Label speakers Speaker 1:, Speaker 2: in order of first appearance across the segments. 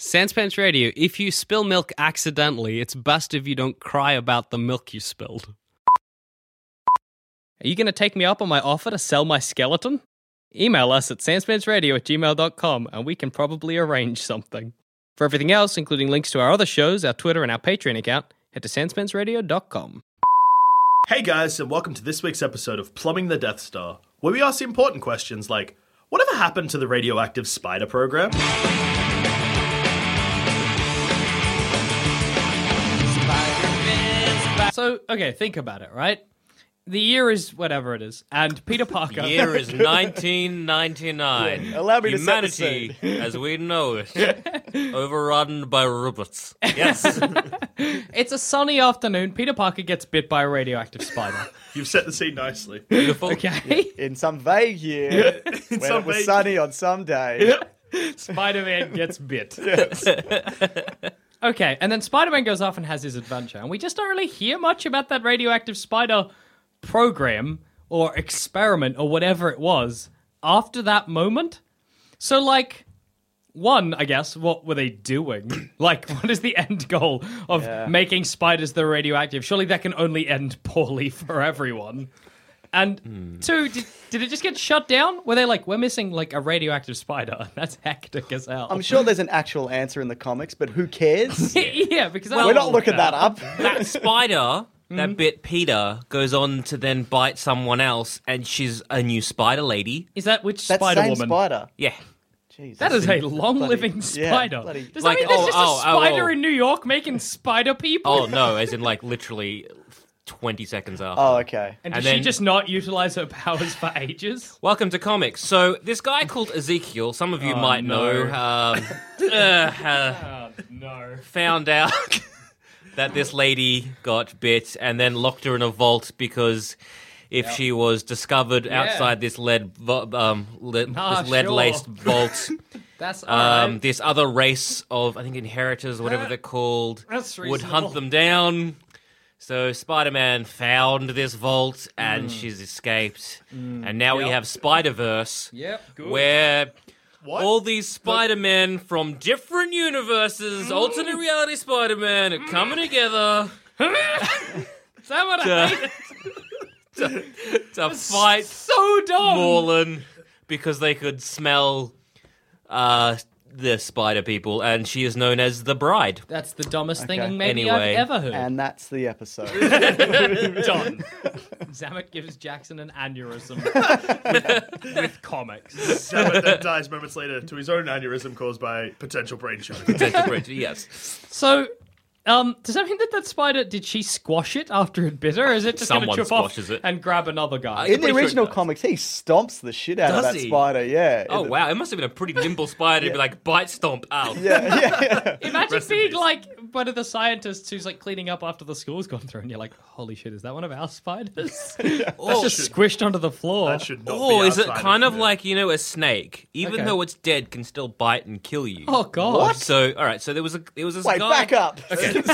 Speaker 1: Sanspants Radio. If you spill milk accidentally, it's best if you don't cry about the milk you spilled. Are you going to take me up on my offer to sell my skeleton? Email us at sanspantsradio at gmail.com and we can probably arrange something. For everything else, including links to our other shows, our Twitter, and our Patreon account, head to sanspantsradio.com.
Speaker 2: Hey guys, and welcome to this week's episode of Plumbing the Death Star, where we ask important questions like whatever happened to the radioactive spider program?
Speaker 1: So, okay, think about it, right? The year is whatever it is, and Peter Parker.
Speaker 3: Year is 1999.
Speaker 4: Allow me to set the
Speaker 3: Humanity, as we know it, overrun by robots. Yes.
Speaker 1: It's a sunny afternoon. Peter Parker gets bit by a radioactive spider.
Speaker 2: You've set the scene nicely.
Speaker 3: Beautiful.
Speaker 1: Okay?
Speaker 4: in some vague year when
Speaker 2: some
Speaker 4: it was
Speaker 2: vague-
Speaker 4: sunny on some day.
Speaker 1: Spider Man gets bit. okay, and then Spider Man goes off and has his adventure, and we just don't really hear much about that radioactive spider program or experiment or whatever it was after that moment. So, like, one, I guess, what were they doing? like, what is the end goal of making spiders that are radioactive? Surely that can only end poorly for everyone. And two, did, did it just get shut down? Were they like, we're missing like a radioactive spider? That's hectic as hell.
Speaker 4: I'm sure there's an actual answer in the comics, but who cares?
Speaker 1: yeah, because
Speaker 4: We're not looking that up.
Speaker 3: That spider
Speaker 4: Mm-hmm.
Speaker 3: that bit Peter goes on to then bite someone else, and she's a new spider lady.
Speaker 1: Is that which
Speaker 4: That
Speaker 1: Spider
Speaker 4: same
Speaker 1: Woman?
Speaker 4: spider.
Speaker 3: Yeah.
Speaker 4: Jesus.
Speaker 1: That is a long
Speaker 4: Bloody-
Speaker 1: living
Speaker 4: yeah,
Speaker 1: spider.
Speaker 4: bloody-
Speaker 1: Does
Speaker 3: Like,
Speaker 1: that mean there's
Speaker 3: oh,
Speaker 1: just
Speaker 3: oh,
Speaker 1: a
Speaker 3: oh,
Speaker 1: spider
Speaker 3: oh.
Speaker 1: in New York making spider people?
Speaker 3: Oh, no, as in like literally 20 seconds after.
Speaker 4: Oh, okay.
Speaker 1: And
Speaker 3: And
Speaker 1: does she
Speaker 3: then-
Speaker 1: just not utilize her powers for ages?
Speaker 3: Welcome to comics. So this guy called Ezekiel, some of you
Speaker 4: Oh,
Speaker 3: might
Speaker 1: no.
Speaker 3: know, um, uh, uh,
Speaker 1: No.
Speaker 3: found out that this lady got bit and then locked her in a vault because if she was discovered outside this lead, vo- um, le-
Speaker 1: Ah,
Speaker 3: this lead-laced
Speaker 1: sure.
Speaker 3: vault,
Speaker 1: That's
Speaker 3: um, this other race of I think inheritors, whatever they're called,
Speaker 1: That's
Speaker 3: would
Speaker 1: reasonable.
Speaker 3: hunt them down. So Spider-Man found this vault and
Speaker 1: Mm.
Speaker 3: she's escaped, and now we have Spider-Verse,
Speaker 1: Yep, good.
Speaker 3: where
Speaker 2: What?
Speaker 3: all these Spider-Men from different universes, alternate reality Spider-Man, are coming together
Speaker 1: Is that what I hate?
Speaker 3: to, to, to fight
Speaker 1: So dumb.
Speaker 3: Morlin because they could smell uh, the spider people, and she is known as the Bride.
Speaker 1: That's the dumbest
Speaker 4: Okay.
Speaker 1: thing maybe
Speaker 3: Anyway.
Speaker 1: I've ever heard.
Speaker 4: And that's the episode.
Speaker 1: Done. Zamet gives Jackson an aneurysm with, with comics.
Speaker 2: Sabat then dies moments later to his own aneurysm caused by potential brain shock.
Speaker 3: yes,
Speaker 1: So, um, does that mean that that spider did she squash it after it bit her? Or is it just
Speaker 3: Someone
Speaker 1: gonna trip off
Speaker 3: squashes it.
Speaker 1: and grab another guy?
Speaker 3: I'm
Speaker 4: in the
Speaker 3: pretty sure it
Speaker 4: original
Speaker 3: does.
Speaker 4: comics, he stomps the shit out of
Speaker 3: Does
Speaker 4: that
Speaker 3: he?
Speaker 4: spider, yeah.
Speaker 3: Oh
Speaker 4: In the-
Speaker 3: wow, it must have been a pretty nimble spider to be like bite stomp out.
Speaker 4: Yeah, yeah, yeah.
Speaker 1: Imagine
Speaker 2: Rest in
Speaker 1: being
Speaker 2: peace.
Speaker 1: like one of the scientists who's like cleaning up after the school's gone through, and you're like, "Holy shit, is that one of our spiders?" That's
Speaker 3: Oh,
Speaker 1: just squished onto the floor.
Speaker 2: That should not
Speaker 3: Or
Speaker 2: be
Speaker 3: Oh, is it
Speaker 2: outside
Speaker 3: kind of
Speaker 2: the-
Speaker 3: like you know a snake? Even
Speaker 1: Okay.
Speaker 3: though it's dead, can still bite and kill you.
Speaker 1: Oh god!
Speaker 3: So all right, so there was a there was this
Speaker 4: Wait,
Speaker 3: guy.
Speaker 4: back up.
Speaker 3: So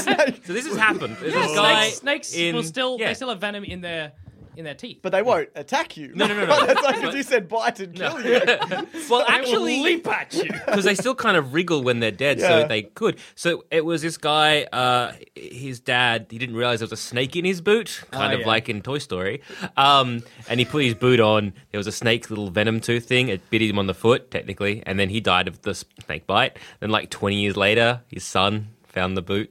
Speaker 3: this has happened. There's
Speaker 1: Yeah,
Speaker 3: this guy
Speaker 1: snakes, snakes
Speaker 3: in,
Speaker 1: will still
Speaker 3: yeah.
Speaker 1: they still have venom in their in their teeth.
Speaker 4: but they won't attack you.
Speaker 3: No, no, no, no.
Speaker 4: that's like if you said bite and kill you.
Speaker 3: well,
Speaker 1: They will
Speaker 3: actually,
Speaker 1: leap at you.
Speaker 3: because they still kind of wriggle when they're dead,
Speaker 4: Yeah.
Speaker 3: so they could. So it was this guy, uh, his dad, he didn't realize there was a snake in his boot, kind
Speaker 1: Oh,
Speaker 3: of
Speaker 1: yeah.
Speaker 3: like in Toy Story. Um, and he put his boot on. There was a snake, little venom tooth thing. It bit him on the foot, technically, and then he died of the s- snake bite. Then, like twenty years later, his son found the boot,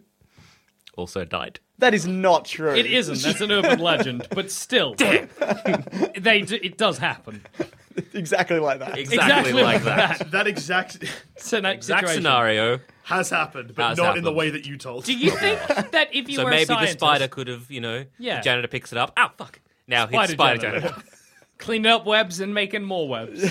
Speaker 3: also died.
Speaker 4: That is not true.
Speaker 1: It isn't. That's an urban legend, but still, they do, it does happen.
Speaker 4: Exactly like that.
Speaker 3: Exactly, like that.
Speaker 2: That exact
Speaker 1: So that
Speaker 3: Exact
Speaker 1: situation.
Speaker 3: scenario.
Speaker 2: has happened, but
Speaker 3: Has
Speaker 2: not in the
Speaker 3: happened.
Speaker 2: way that you told.
Speaker 1: Do you think that if you
Speaker 3: So
Speaker 1: were a
Speaker 3: maybe the
Speaker 1: scientist,
Speaker 3: spider could have, you know,
Speaker 1: Yeah.
Speaker 3: the janitor picks it up. Ow, fuck. Now
Speaker 1: Spider
Speaker 3: hits spider
Speaker 1: janitor.
Speaker 3: janitor.
Speaker 1: cleaning up webs and making more webs?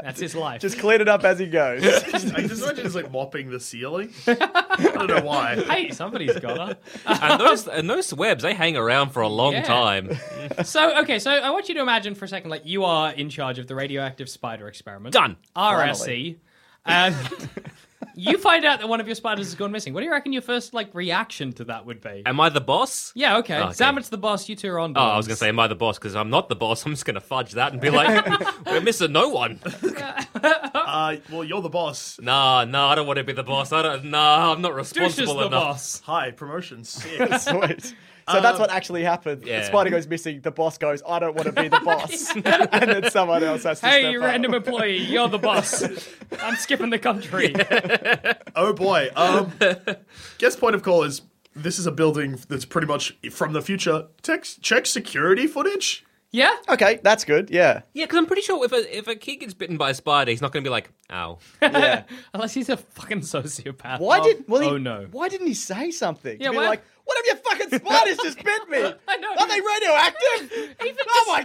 Speaker 1: That's his life.
Speaker 4: Just clean it up as he goes.
Speaker 2: I just imagine it's like mopping the ceiling. I don't know why.
Speaker 1: hey, somebody's got
Speaker 3: and those and those webs they hang around for a long
Speaker 1: Yeah.
Speaker 3: time.
Speaker 1: her. So, okay, so I want you to imagine for a second, like, you are in charge of the radioactive spider experiment.
Speaker 3: Done.
Speaker 1: RSE. And Um, you find out that one of your spiders has gone missing. What do you reckon your first, like, reaction to that would be?
Speaker 3: Am I the boss?
Speaker 1: yeah, okay.
Speaker 3: Okay.
Speaker 1: Zamet's the boss, you two are on
Speaker 3: Oh, I was gonna say, am I the boss? Because I'm not the boss. I'm just gonna fudge that and be like, we're missing no one.
Speaker 2: Uh, well, you're the boss.
Speaker 3: Nah, nah, I don't want to be the boss. I don't. Nah, I'm not
Speaker 1: Douche is
Speaker 3: responsible
Speaker 1: the
Speaker 3: enough.
Speaker 1: boss.
Speaker 2: Hi, promotion six.
Speaker 4: Sweet. So that's what actually happens.
Speaker 3: yeah.
Speaker 4: The spider goes missing. The boss goes, I don't want to be the boss. and then someone else has to
Speaker 1: Hey,
Speaker 4: step
Speaker 1: you
Speaker 4: up.
Speaker 1: random employee, you're the boss. I'm skipping the country.
Speaker 2: Oh boy. Um, guess point of call is this is a building that's pretty much from the future. Text, check security footage.
Speaker 1: Yeah?
Speaker 4: Okay, that's good. Yeah.
Speaker 3: Yeah, because I'm pretty sure if a if a kid gets bitten by a spider, he's not gonna be like, ow.
Speaker 4: Yeah.
Speaker 1: Unless he's a fucking sociopath.
Speaker 4: Why
Speaker 1: Oh,
Speaker 4: did? Well, he,
Speaker 1: oh no.
Speaker 4: Why didn't he say something?
Speaker 1: Yeah,
Speaker 4: to be
Speaker 1: why-
Speaker 4: like, what if your fucking spiders just bit me?
Speaker 1: I know.
Speaker 4: Are they radioactive?
Speaker 1: Even
Speaker 4: oh my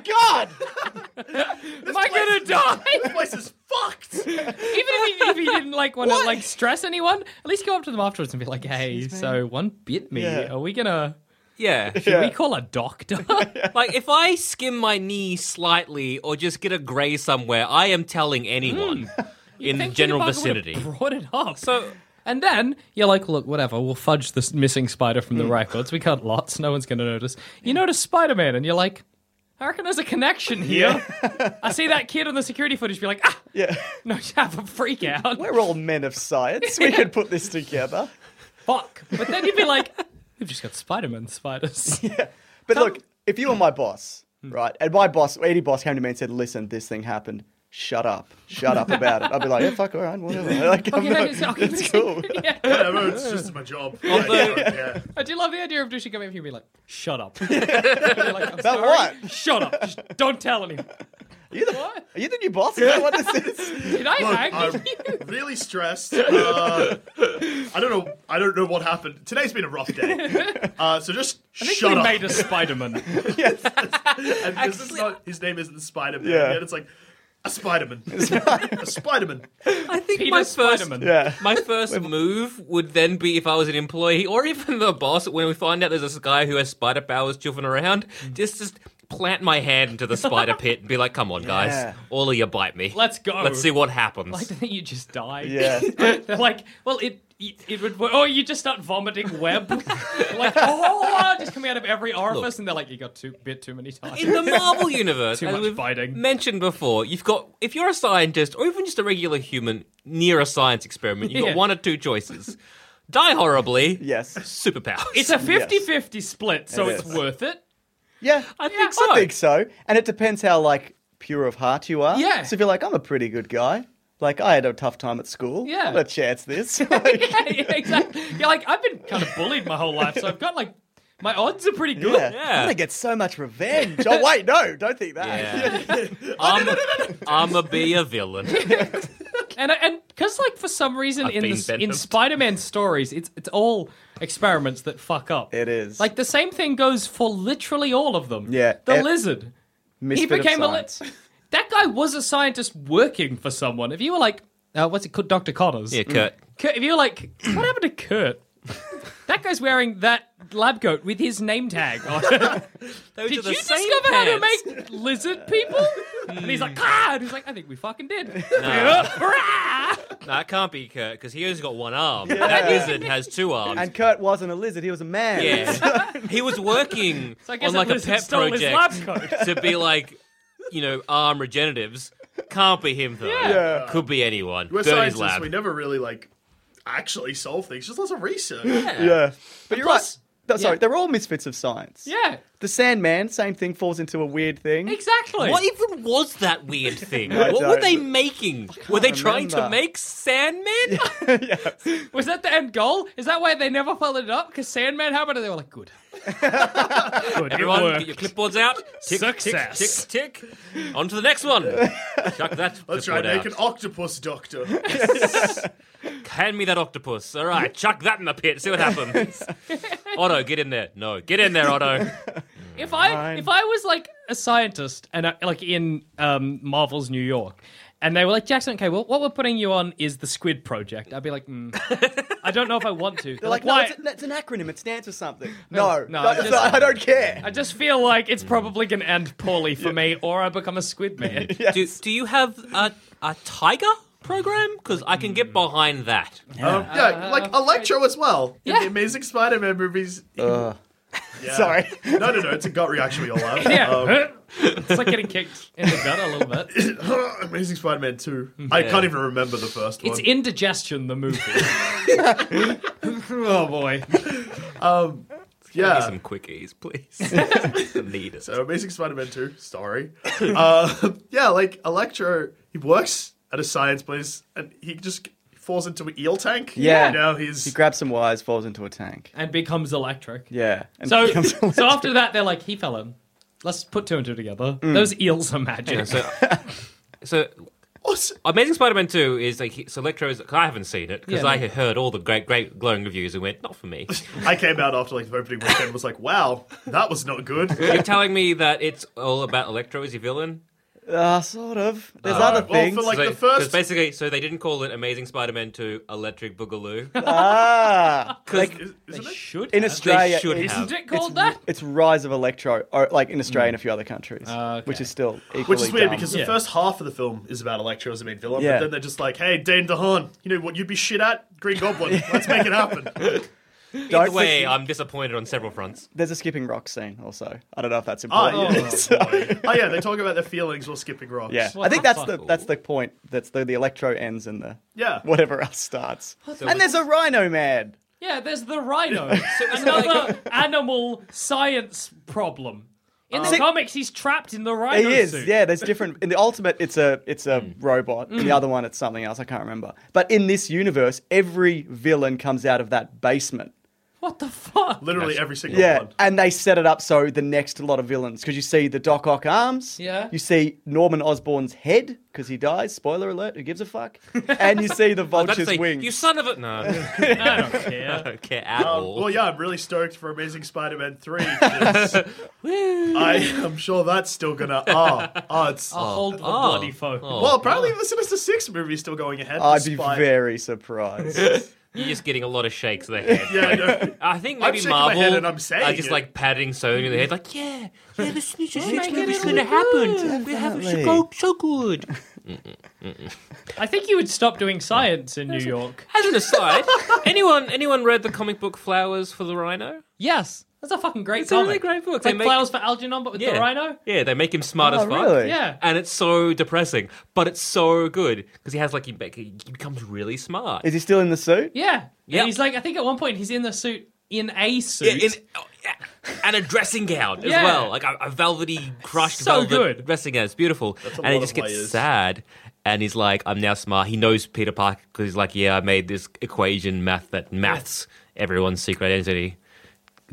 Speaker 4: god!
Speaker 1: Am I gonna die?
Speaker 2: This place is fucked.
Speaker 1: Even if he, if he didn't like want to like stress anyone, at least go up to them afterwards and be like, "Hey, so one bit me.
Speaker 4: Yeah.
Speaker 1: Are we gonna?
Speaker 3: Yeah.
Speaker 1: Can
Speaker 4: Yeah.
Speaker 1: we call a doctor?"
Speaker 3: Like if I skim my knee slightly or just get a graze somewhere, I am telling anyone
Speaker 1: Hmm.
Speaker 3: in the
Speaker 1: Thankfully,
Speaker 3: general
Speaker 1: Parker would've
Speaker 3: vicinity.
Speaker 1: brought it up.
Speaker 3: So
Speaker 1: and then you're like, "Look, whatever. We'll fudge this missing spider from the
Speaker 4: Hmm.
Speaker 1: records. We cut lots. No one's gonna notice." You notice Spider Man, and you're like. I reckon there's a connection here. I see that kid on the security footage be like, ah,
Speaker 4: Yeah.
Speaker 1: no, you have a freak out.
Speaker 4: We're all men of science. We could put this together.
Speaker 1: fuck. But then you'd be like, we've just got Spider Man spiders.
Speaker 4: But look, if you were my boss,
Speaker 1: Hmm.
Speaker 4: right, and my boss, any boss came to me and said, listen, this thing happened. Shut up. Shut up about it. I'd be like, yeah, fuck, all right, whatever. Like, I'm
Speaker 1: Okay, no,
Speaker 4: not-
Speaker 1: it's- okay,
Speaker 4: it's cool.
Speaker 2: Whatever, it's just my job. I don't
Speaker 3: Although-
Speaker 2: care.
Speaker 1: I do love the idea of Dushi coming up to you and being like, shut up. You're like, "I'm sorry.
Speaker 4: what?
Speaker 1: Shut up. Just don't tell anyone.
Speaker 4: Are you, the,
Speaker 1: What?
Speaker 4: are you the new boss? Is that what this is?
Speaker 1: Did I hack
Speaker 2: I'm
Speaker 1: you?
Speaker 2: really stressed. Uh, I don't know. I don't know what happened. Today's been a rough day. Uh, so just
Speaker 1: I think
Speaker 2: shut
Speaker 1: we
Speaker 2: up.
Speaker 1: made a Spider Man.
Speaker 4: yes.
Speaker 2: and this is not, his name isn't Spider Man.
Speaker 4: Yeah.
Speaker 2: Yeah. it's like a Spider-Man. a Spider-Man.
Speaker 3: I think
Speaker 1: Peter
Speaker 3: my first
Speaker 1: Spider Man.
Speaker 4: Yeah.
Speaker 3: my first move would then be if I was an employee or even the boss when we find out there's this guy who has spider powers chuffing around, just just plant my hand into the spider pit and be like, come on guys,
Speaker 4: Yeah.
Speaker 3: all of you bite me.
Speaker 1: Let's go.
Speaker 3: Let's see what happens.
Speaker 1: Like, think you just die.
Speaker 4: Yeah.
Speaker 1: They're like, well, it. It it would, or you just start vomiting web, like oh, just coming out of every orifice, and they're like, you got too bit too many times.
Speaker 3: in the Marvel universe,
Speaker 1: Too
Speaker 3: as
Speaker 1: much
Speaker 3: we've
Speaker 1: biting.
Speaker 3: mentioned before, you've got if you're a scientist or even just a regular human near a science experiment, you've
Speaker 1: Yeah.
Speaker 3: got one or two choices: die horribly,
Speaker 4: Yes.
Speaker 3: superpowers.
Speaker 1: It's a 50-50 split, so
Speaker 4: It
Speaker 1: it's
Speaker 4: is.
Speaker 1: worth it.
Speaker 4: Yeah.
Speaker 3: I think so.
Speaker 4: I think so. And it depends how like pure of heart you are.
Speaker 1: Yeah.
Speaker 4: So if you're like, I'm a pretty good guy. Like I had a tough time at school.
Speaker 1: Yeah.
Speaker 4: Let's chance this. Like,
Speaker 1: yeah, yeah, exactly. Yeah, like I've been kind of bullied my whole life, so I've got like my odds are pretty good.
Speaker 4: yeah.
Speaker 3: Yeah.
Speaker 4: I'm gonna get so much revenge. Oh wait, no, don't think that.
Speaker 3: I'm, I'm a be a villain.
Speaker 1: And I- and because like for some reason
Speaker 3: I've
Speaker 1: in
Speaker 3: been
Speaker 1: the, s- in
Speaker 3: Venom.
Speaker 1: Spider-Man stories, it's it's all experiments that fuck up.
Speaker 4: It is.
Speaker 1: Like the same thing goes for literally all of them.
Speaker 4: Yeah.
Speaker 1: the
Speaker 4: Eh,
Speaker 1: lizard.
Speaker 4: Misfit
Speaker 1: he
Speaker 4: of
Speaker 1: became a li-
Speaker 4: science.
Speaker 1: that guy was a scientist working for someone. If you were like, uh, what's it called, Doctor Connors?
Speaker 3: Yeah, Kurt.
Speaker 1: Kurt, if you're like, what happened to Kurt? that guy's wearing that lab coat with his name tag on it.
Speaker 3: Those are
Speaker 1: Did
Speaker 3: the
Speaker 1: you
Speaker 3: same
Speaker 1: discover how to
Speaker 3: pants.
Speaker 1: make lizard people? and he's like, ah! And he's like, I think we fucking did. Yeah.
Speaker 3: No, it can't be Kurt because he only got one arm. That lizard has two arms.
Speaker 4: And Kurt wasn't a lizard, he was a man.
Speaker 3: yeah, he was working
Speaker 1: so I guess
Speaker 3: on like
Speaker 1: that
Speaker 3: a
Speaker 1: lizard
Speaker 3: pet
Speaker 1: stole his
Speaker 3: project
Speaker 1: lab coat.
Speaker 3: to be like, you know, arm regeneratives. Can't be him though.
Speaker 1: Yeah.
Speaker 3: Could be anyone.
Speaker 2: We're
Speaker 3: Dirty's
Speaker 2: scientists.
Speaker 3: lab.
Speaker 2: We never really like actually solve things. Just lots of research.
Speaker 4: Yeah. But you're
Speaker 1: plus-
Speaker 4: right. No, sorry,
Speaker 1: Yeah.
Speaker 4: they're all misfits of science.
Speaker 1: Yeah,
Speaker 4: The Sandman, same thing, falls into a weird thing.
Speaker 1: exactly.
Speaker 3: What even was that weird thing?
Speaker 4: I
Speaker 3: what were
Speaker 4: don't-
Speaker 3: they making? Were they trying to
Speaker 4: remember.
Speaker 3: make Sandman?
Speaker 1: Was that the end goal? Is that why they never followed it up? Because Sandman happened and they were like, good. good, it
Speaker 3: Everyone,
Speaker 1: worked.
Speaker 3: get your clipboards out. Tick,
Speaker 1: Success.
Speaker 3: Tick, tick, tick. On to the next one. Chuck that
Speaker 2: Let's try
Speaker 3: clipboard
Speaker 2: and make
Speaker 3: out.
Speaker 2: an octopus doctor.
Speaker 3: Hand me that octopus. All right, chuck that in the pit. See what happens. Otto, get in there. No, get in there, Otto.
Speaker 1: If I
Speaker 4: Fine.
Speaker 1: uh, if I was like a scientist and I, like in um, Marvel's New York, And they were like, Jackson, okay, well, what we're putting you on is the Squid Project. I'd be like, mm, I don't know if I want to.
Speaker 4: They're like, no,
Speaker 1: why?
Speaker 4: it's, a- it's an acronym. It stands for something. No,
Speaker 1: no,
Speaker 4: no,
Speaker 1: I
Speaker 4: I,
Speaker 1: just-
Speaker 4: I don't care.
Speaker 1: I just feel like
Speaker 4: Mm.
Speaker 1: it's probably going to end poorly for me, or I become a squid man.
Speaker 3: Do, do you have a, a tiger program? Because I can get behind that.
Speaker 2: Um, yeah,
Speaker 1: Uh,
Speaker 2: like Electro as well. In the Amazing Spider-Man movies. Yeah.
Speaker 4: Sorry.
Speaker 2: No, no, no. It's a gut reaction we all have.
Speaker 1: Yeah.
Speaker 2: Um,
Speaker 1: it's like getting kicked in the gut a little bit.
Speaker 2: Um, Amazing Spider-Man 2. I can't even remember the first one.
Speaker 1: It's indigestion, the movie. oh, boy.
Speaker 3: Give me
Speaker 2: yeah.
Speaker 3: some quickies, please. I need it.
Speaker 2: So Amazing Spider-Man 2, sorry. uh, yeah, like Electro, he works at a science place and he just falls into an eel tank.
Speaker 4: Yeah.
Speaker 2: You know, he's
Speaker 4: He grabs some wires, falls into a tank.
Speaker 1: And becomes electric.
Speaker 4: Yeah. And
Speaker 1: So,
Speaker 4: becomes
Speaker 1: so after that, they're like, he fell in. Let's put two and two together.
Speaker 4: Mm.
Speaker 1: Those eels are magic.
Speaker 3: So, so
Speaker 2: Also-
Speaker 3: Amazing Spider-Man Two is like he- so Electro is. 'cause I haven't seen it because
Speaker 1: Yeah,
Speaker 3: I
Speaker 1: no.
Speaker 3: had heard all the great, great glowing reviews and went not for me.
Speaker 2: I came out after like the opening weekend and was like, wow, that was not good.
Speaker 3: You're telling me that it's all about Electro as your villain?
Speaker 4: uh, sort of. There's other
Speaker 2: Ah, well,
Speaker 4: things.
Speaker 2: for like
Speaker 3: so,
Speaker 2: the first
Speaker 3: 'cause basically, so they didn't call it Amazing Spider-Man Two Electric Boogaloo.
Speaker 4: ah, like
Speaker 2: is-
Speaker 1: they
Speaker 2: isn't it?
Speaker 1: should
Speaker 4: in
Speaker 1: have.
Speaker 4: Australia,
Speaker 3: should
Speaker 4: it's,
Speaker 3: have.
Speaker 1: Isn't it called that?
Speaker 4: it's Rise of Electro, or like in Australia and a few other countries,
Speaker 1: Oh, okay.
Speaker 4: which is still equally
Speaker 2: Mm. Which is weird
Speaker 4: dumb.
Speaker 2: because
Speaker 1: Yeah.
Speaker 2: the first half of the film is about Electro as the main villain,
Speaker 4: Yeah.
Speaker 2: but then they're just like, hey, Dane DeHaan, you know what you'd be shit at? Green Goblin. Let's make it happen.
Speaker 4: Don't
Speaker 3: Either way,
Speaker 4: forget-
Speaker 3: I'm disappointed on several fronts.
Speaker 4: there's a skipping rock scene also. I don't know if that's
Speaker 2: Oh,
Speaker 4: important.
Speaker 2: yeah. oh, yeah, they talk about their feelings while skipping rocks.
Speaker 4: Yeah,
Speaker 1: Well,
Speaker 4: I think
Speaker 1: that's
Speaker 4: that's the
Speaker 3: like-
Speaker 4: that's the point. That's the the electro ends and the
Speaker 2: Yeah.
Speaker 4: whatever else starts.
Speaker 3: was-
Speaker 4: and there's a rhino man.
Speaker 1: Yeah, there's the rhino. Another animal science problem. In the
Speaker 4: See-
Speaker 1: comics, he's trapped in the
Speaker 4: He
Speaker 1: rhino
Speaker 4: is.
Speaker 1: suit.
Speaker 4: Yeah, there's different. In the ultimate, it's a it's a robot. In the other one, it's something else. I can't remember. But in this universe, every villain comes out of that basement.
Speaker 1: What the fuck?
Speaker 2: Literally every single
Speaker 4: Yeah,
Speaker 2: one.
Speaker 4: and they set it up so the next lot of villains, because you see the Doc Ock arms,
Speaker 1: Yeah.
Speaker 4: you see Norman Osborn's head because he dies. Spoiler alert: Who gives a fuck? and you see the
Speaker 3: I'd
Speaker 4: vulture's
Speaker 3: say,
Speaker 4: wings.
Speaker 3: You son of a no, I
Speaker 1: I don't care.
Speaker 3: don't care at
Speaker 2: Um,
Speaker 3: all.
Speaker 2: well, yeah, I'm really stoked for Amazing Spider-Man 3. 'cause I am sure that's still gonna. Ah, ah, it's.
Speaker 1: I'll hold the
Speaker 3: Oh.
Speaker 1: bloody phone.
Speaker 2: well, apparently the Sinister Six movie is still going ahead.
Speaker 4: I'd be
Speaker 2: despite-
Speaker 4: very surprised.
Speaker 3: You're just getting a lot of shakes of the head.
Speaker 2: Yeah, I know.
Speaker 3: I think
Speaker 2: I'm
Speaker 3: maybe
Speaker 2: shaking my
Speaker 3: Marvel
Speaker 2: head and I'm saying
Speaker 3: are just
Speaker 2: it.
Speaker 3: like patting Sony in the head, like, yeah, yeah, this is this
Speaker 1: make it
Speaker 3: movie's
Speaker 1: all
Speaker 3: going to happen. We have it so,
Speaker 4: Definitely.
Speaker 3: so good.
Speaker 1: I think you would stop doing science in New York.
Speaker 3: As an aside, anyone anyone read the comic book Flowers for the Rhino?
Speaker 1: Yes, that's a fucking great
Speaker 3: It's a
Speaker 1: comic.
Speaker 3: really great book.
Speaker 1: It's like
Speaker 3: They make-
Speaker 1: flowers for Algernon, but with the rhino.
Speaker 3: Yeah, they make him smart
Speaker 4: Oh,
Speaker 3: as fuck.
Speaker 4: really?
Speaker 1: Yeah.
Speaker 3: And it's so depressing, but it's so good because he has like he, bec- he becomes really smart.
Speaker 4: Is he still in the suit?
Speaker 1: Yeah.
Speaker 3: Yeah.
Speaker 1: And he's like, I think at one point he's in the suit in a suit.
Speaker 3: Yeah, in- oh, yeah, and a dressing gown as
Speaker 1: Yeah.
Speaker 3: well, like a, a velvety, crushed
Speaker 1: So
Speaker 3: velvet
Speaker 1: good.
Speaker 3: dressing gown. It's beautiful,
Speaker 2: a
Speaker 3: and he
Speaker 2: lot
Speaker 3: just
Speaker 2: of
Speaker 3: gets
Speaker 2: layers.
Speaker 3: sad, and he's like, "I'm now smart." He knows Peter Parker because he's like, "Yeah, I made this equation math that maths everyone's secret identity."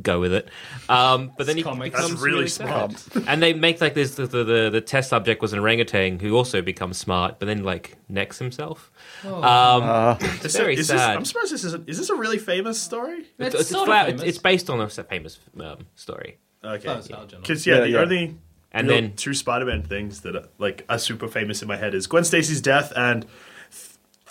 Speaker 3: Go with it, um, but then he
Speaker 1: comic.
Speaker 3: becomes
Speaker 2: That's really
Speaker 3: sad.
Speaker 2: smart.
Speaker 3: and they make like this. The, the, the, the test subject was an orangutan who also becomes smart, but then like necks himself.
Speaker 1: Oh.
Speaker 3: Um, it's very
Speaker 2: Uh, is this,
Speaker 3: sad.
Speaker 2: I'm surprised this isn't. Is this a really famous story?
Speaker 1: it's,
Speaker 3: It's- it's
Speaker 1: sort
Speaker 3: fla-
Speaker 1: of famous.
Speaker 3: it's- it's based on a s- famous um, story.
Speaker 2: Okay.
Speaker 1: Flowers for Algernon.
Speaker 2: Because yeah,
Speaker 4: Yeah,
Speaker 2: the
Speaker 4: yeah.
Speaker 2: only
Speaker 3: And
Speaker 2: real
Speaker 3: then-
Speaker 2: two Spider-Man things that are, like are super famous in my head is Gwen Stacy's death and